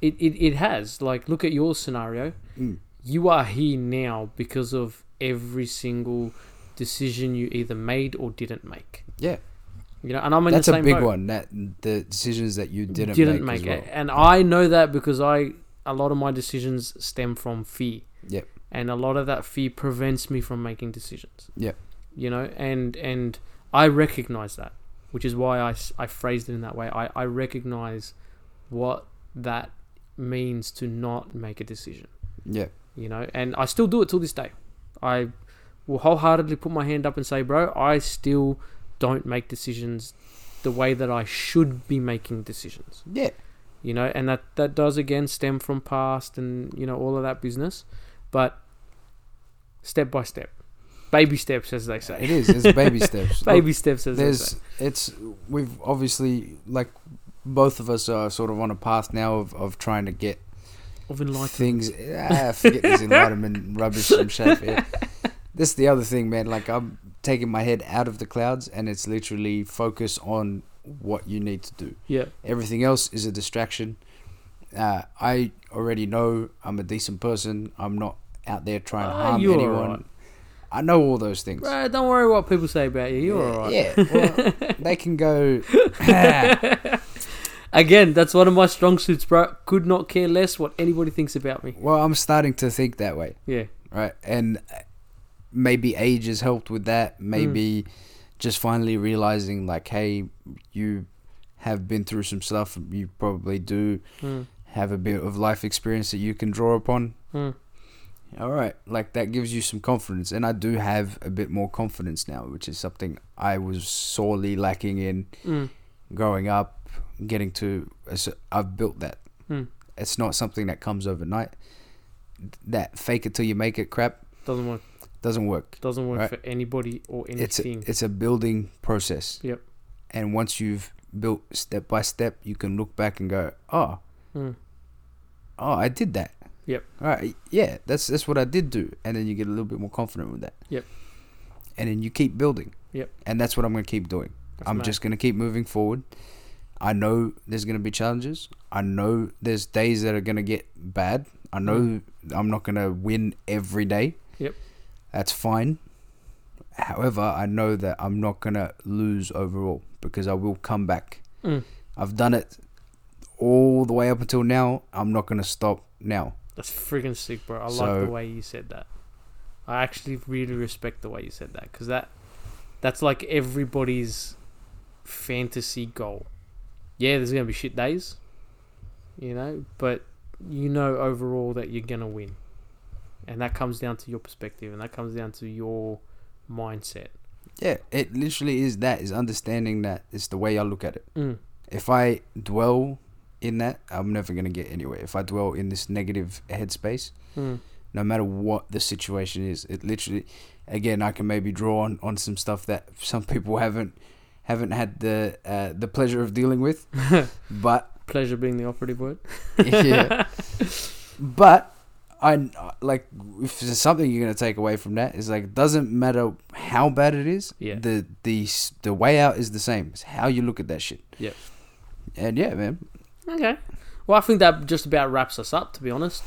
[SPEAKER 3] It it, it has. Like, look at your scenario.
[SPEAKER 1] Mm.
[SPEAKER 3] You are here now because of every single decision you either made or didn't make.
[SPEAKER 1] Yeah.
[SPEAKER 3] You know, and I'm in
[SPEAKER 1] That's
[SPEAKER 3] the
[SPEAKER 1] a
[SPEAKER 3] same
[SPEAKER 1] big
[SPEAKER 3] boat.
[SPEAKER 1] one. That the decisions that you didn't, make, as
[SPEAKER 3] it.
[SPEAKER 1] well.
[SPEAKER 3] And I know that because I a lot of my decisions stem from fear.
[SPEAKER 1] Yep.
[SPEAKER 3] And a lot of that fear prevents me from making decisions.
[SPEAKER 1] Yep.
[SPEAKER 3] You know, and and I recognize that, which is why I, s- I phrased it in that way. I, I recognize what that means to not make a decision
[SPEAKER 1] Yeah,
[SPEAKER 3] you know and i still do it till this day i will wholeheartedly put my hand up and say bro i still don't make decisions the way that i should be making decisions
[SPEAKER 1] yeah,
[SPEAKER 3] you know and that that does again stem from past and you know all of that business but step by step baby steps as they say
[SPEAKER 1] it is. It's baby steps. Look,
[SPEAKER 3] baby steps as they
[SPEAKER 1] there's
[SPEAKER 3] say
[SPEAKER 1] it's we've obviously like both of us are sort of on a path now of, of trying to get
[SPEAKER 3] of enlightenment
[SPEAKER 1] things. Ah, forget this enlightenment rubbish and shit. Yeah. This is the other thing, man. Like I'm taking my head out of the clouds, and it's literally focus on what you need to do.
[SPEAKER 3] yeah
[SPEAKER 1] Everything else is a distraction. Uh, I already know I'm a decent person. I'm not out there trying to
[SPEAKER 3] Ah,
[SPEAKER 1] harm
[SPEAKER 3] you're
[SPEAKER 1] anyone.
[SPEAKER 3] alright.
[SPEAKER 1] I know all those things.
[SPEAKER 3] bro don't worry what people say about you you're
[SPEAKER 1] yeah,
[SPEAKER 3] all right
[SPEAKER 1] Yeah. Well, they can go.
[SPEAKER 3] Again, that's one of my strong suits, bro. Could not care less what anybody thinks about me.
[SPEAKER 1] well, I'm starting to think that way.
[SPEAKER 3] Yeah,
[SPEAKER 1] right? And maybe age has helped with that.
[SPEAKER 3] Hmm.
[SPEAKER 1] Maybe just finally realizing, like, hey, you have been through some stuff. You probably do
[SPEAKER 3] Mm.
[SPEAKER 1] have a bit of life experience that you can draw upon.
[SPEAKER 3] Mm.
[SPEAKER 1] All right, like that gives you some confidence, and I do have a bit more confidence now, which is something I was sorely lacking in
[SPEAKER 3] Mm.
[SPEAKER 1] growing up, getting to it's- I've built that.
[SPEAKER 3] Hmm.
[SPEAKER 1] It's not something that comes overnight. That fake it till you make it crap
[SPEAKER 3] Doesn't work.
[SPEAKER 1] doesn't work.
[SPEAKER 3] Doesn't work
[SPEAKER 1] Right.
[SPEAKER 3] for anybody or
[SPEAKER 1] It's a,
[SPEAKER 3] anything.
[SPEAKER 1] it's a building process.
[SPEAKER 3] Yep.
[SPEAKER 1] And once you've built step by step, you can look back and go, "Oh,
[SPEAKER 3] Mm.
[SPEAKER 1] oh, I did that."
[SPEAKER 3] Yep.
[SPEAKER 1] All right. Yeah, that's that's what I did do, and then you get a little bit more confident with that.
[SPEAKER 3] Yep.
[SPEAKER 1] And then you keep building.
[SPEAKER 3] Yep.
[SPEAKER 1] And that's what I'm going to keep doing.
[SPEAKER 3] That's
[SPEAKER 1] I'm
[SPEAKER 3] mad.
[SPEAKER 1] just going to keep moving forward. I know there's going to be challenges. I know there's days that are going to get bad. I know I'm not going to win every day.
[SPEAKER 3] Mm-hmm. Yep.
[SPEAKER 1] That's fine. However, I know that I'm not going to lose overall because I will come back.
[SPEAKER 3] Mm.
[SPEAKER 1] I've done it all the way up until now. I'm not going to stop now.
[SPEAKER 3] That's freaking sick, bro. I like
[SPEAKER 1] So-
[SPEAKER 3] the way you said that. I actually really respect the way you said that because that that's like everybody's fantasy goal. Yeah, there's gonna be shit days, you know, but you know overall that you're gonna win, and that comes down to your perspective, and that comes down to your mindset.
[SPEAKER 1] Yeah, it literally is that is understanding that it's the way I look at it.
[SPEAKER 3] Mm.
[SPEAKER 1] if I dwell in that, I'm never gonna get anywhere. If I dwell in this negative headspace,
[SPEAKER 3] Mm.
[SPEAKER 1] no matter what the situation is, it literally, again, I can maybe draw on, on some stuff that some people haven't haven't had the uh, the pleasure of dealing with, but
[SPEAKER 3] Pleasure being the operative word.
[SPEAKER 1] yeah, but I like if there's something you're gonna take away from that is like it doesn't matter how bad it is.
[SPEAKER 3] Yeah.
[SPEAKER 1] The the s- the way out is the same. It's how you look at that shit.
[SPEAKER 3] Yep.
[SPEAKER 1] And yeah, man.
[SPEAKER 3] Okay. Well, I think that just about wraps us up. To be honest.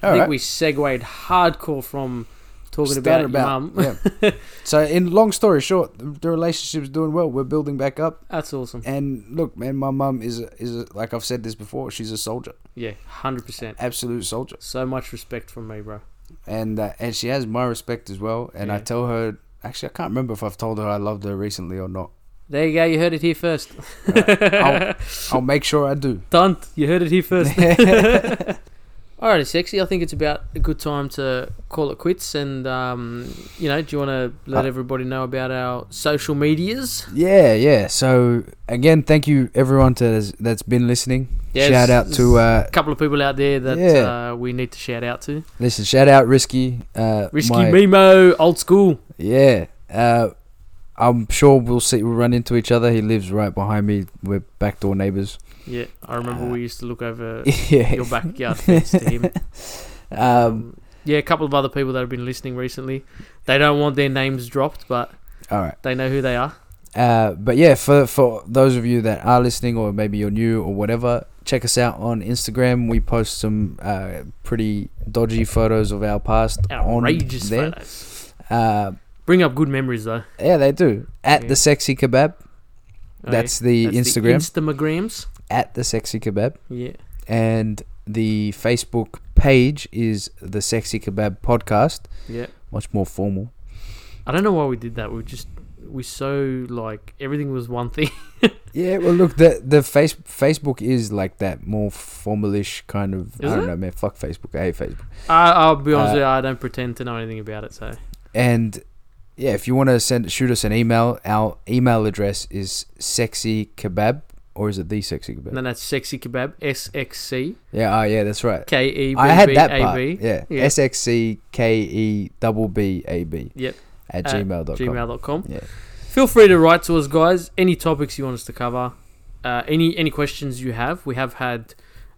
[SPEAKER 3] I
[SPEAKER 1] All
[SPEAKER 3] think
[SPEAKER 1] right.
[SPEAKER 3] we segued hardcore from talking
[SPEAKER 1] Started
[SPEAKER 3] about, your mum.
[SPEAKER 1] yeah. so in long story short, the, the relationship's doing well. We're building back up.
[SPEAKER 3] That's awesome.
[SPEAKER 1] And look, man, my mum is a, is a, like I've said this before. She's a soldier,
[SPEAKER 3] Yeah, hundred percent.
[SPEAKER 1] absolute soldier,
[SPEAKER 3] So much respect from me, bro.
[SPEAKER 1] and uh, and she has my respect as well. And I
[SPEAKER 3] Yeah.
[SPEAKER 1] tell her. Actually, I can't remember if I've told her I loved her recently or not.
[SPEAKER 3] There you go. You heard it here first.
[SPEAKER 1] I'll- I'll make sure I do.
[SPEAKER 3] Dunt. You heard it here first. Alrighty, sexy. I think it's about a good time to call it quits. And um, you know, do you want to let
[SPEAKER 1] Uh,
[SPEAKER 3] everybody know about our social medias?
[SPEAKER 1] Yeah, yeah. So again, thank you everyone to that's been listening.
[SPEAKER 3] Yeah,
[SPEAKER 1] shout
[SPEAKER 3] it's-
[SPEAKER 1] out to uh,
[SPEAKER 3] A couple of people out there that
[SPEAKER 1] Yeah.
[SPEAKER 3] uh, we need to shout out to.
[SPEAKER 1] listen. Shout out Risky. Uh,
[SPEAKER 3] Risky
[SPEAKER 1] my-
[SPEAKER 3] Mimo, old school.
[SPEAKER 1] Yeah. Uh, I'm sure we'll see. We'll run into each other. He lives right behind me. We're backdoor neighbors.
[SPEAKER 3] Yeah, I remember we used to look over
[SPEAKER 1] Uh, yeah.
[SPEAKER 3] your backyard fence to him.
[SPEAKER 1] Um,
[SPEAKER 3] Um, yeah, a couple of other people that have been listening recently. They don't want their names dropped, but
[SPEAKER 1] all right.
[SPEAKER 3] they know who they are.
[SPEAKER 1] Uh, but yeah, for for those of you that are listening, or maybe you're new or whatever, check us out on Instagram. We post some uh, pretty dodgy photos of our past on
[SPEAKER 3] Outrageous
[SPEAKER 1] there.
[SPEAKER 3] photos.
[SPEAKER 1] Uh,
[SPEAKER 3] Bring up good memories though.
[SPEAKER 1] yeah, they do. At
[SPEAKER 3] Yeah. Oh,
[SPEAKER 1] the sexy kebab. That's the Instagram.
[SPEAKER 3] Instagrams.
[SPEAKER 1] at the sexy kebab.
[SPEAKER 3] Yeah.
[SPEAKER 1] and the Facebook page is the Sexy Kebab Podcast.
[SPEAKER 3] Yeah.
[SPEAKER 1] Much more formal.
[SPEAKER 3] I don't know why we did that. We just we so like everything was one thing.
[SPEAKER 1] Yeah, well, look, the the face Facebook is like that more formalish kind of.
[SPEAKER 3] Is
[SPEAKER 1] I don't
[SPEAKER 3] it?
[SPEAKER 1] know, man. Fuck Facebook. I hate Facebook.
[SPEAKER 3] I, I'll be honest
[SPEAKER 1] Uh,
[SPEAKER 3] with you, I don't pretend to know anything about it. So
[SPEAKER 1] And yeah, if you want to send shoot us an email, our email address is Sexy Kebab, or is it the Sexy Kebab?
[SPEAKER 3] and then that's sexy kebab. S X C
[SPEAKER 1] Yeah. Oh, yeah, that's right.
[SPEAKER 3] K E B
[SPEAKER 1] I had
[SPEAKER 3] B
[SPEAKER 1] that
[SPEAKER 3] A
[SPEAKER 1] part.
[SPEAKER 3] B.
[SPEAKER 1] Yeah.
[SPEAKER 3] Yeah.
[SPEAKER 1] S X C K E double B A B.
[SPEAKER 3] Yep.
[SPEAKER 1] At,
[SPEAKER 3] At
[SPEAKER 1] gmail.com.
[SPEAKER 3] Gmail.com.
[SPEAKER 1] Yeah.
[SPEAKER 3] Feel free to write to us, guys. Any topics you want us to cover, uh, any any questions you have. We have had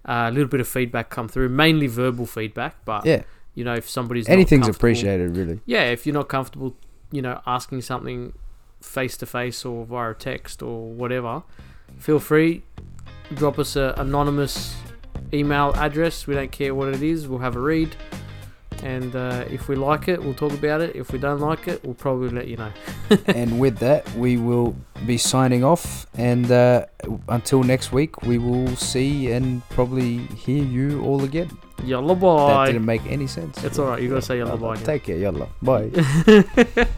[SPEAKER 3] uh, a little bit of feedback come through, mainly verbal feedback, but
[SPEAKER 1] Yeah.
[SPEAKER 3] you know if somebody's Uh, not
[SPEAKER 1] Anything's
[SPEAKER 3] comfortable-
[SPEAKER 1] appreciated, really.
[SPEAKER 3] yeah, if you're not comfortable, you know, asking something face to face or via text or whatever, feel free. Drop us a anonymous email address. We don't care what it is. We'll have a read, and uh, if we like it, we'll talk about it. If we don't like it, we'll probably let you know.
[SPEAKER 1] and with that, we will be signing off. And uh, until next week, we will see and probably hear you all again. Yalla
[SPEAKER 3] That
[SPEAKER 1] bye.
[SPEAKER 3] didn't make any sense.
[SPEAKER 1] It's alright. You gotta say yalla
[SPEAKER 3] I'll
[SPEAKER 1] bye. now.
[SPEAKER 3] Take care. Yalla. Bye.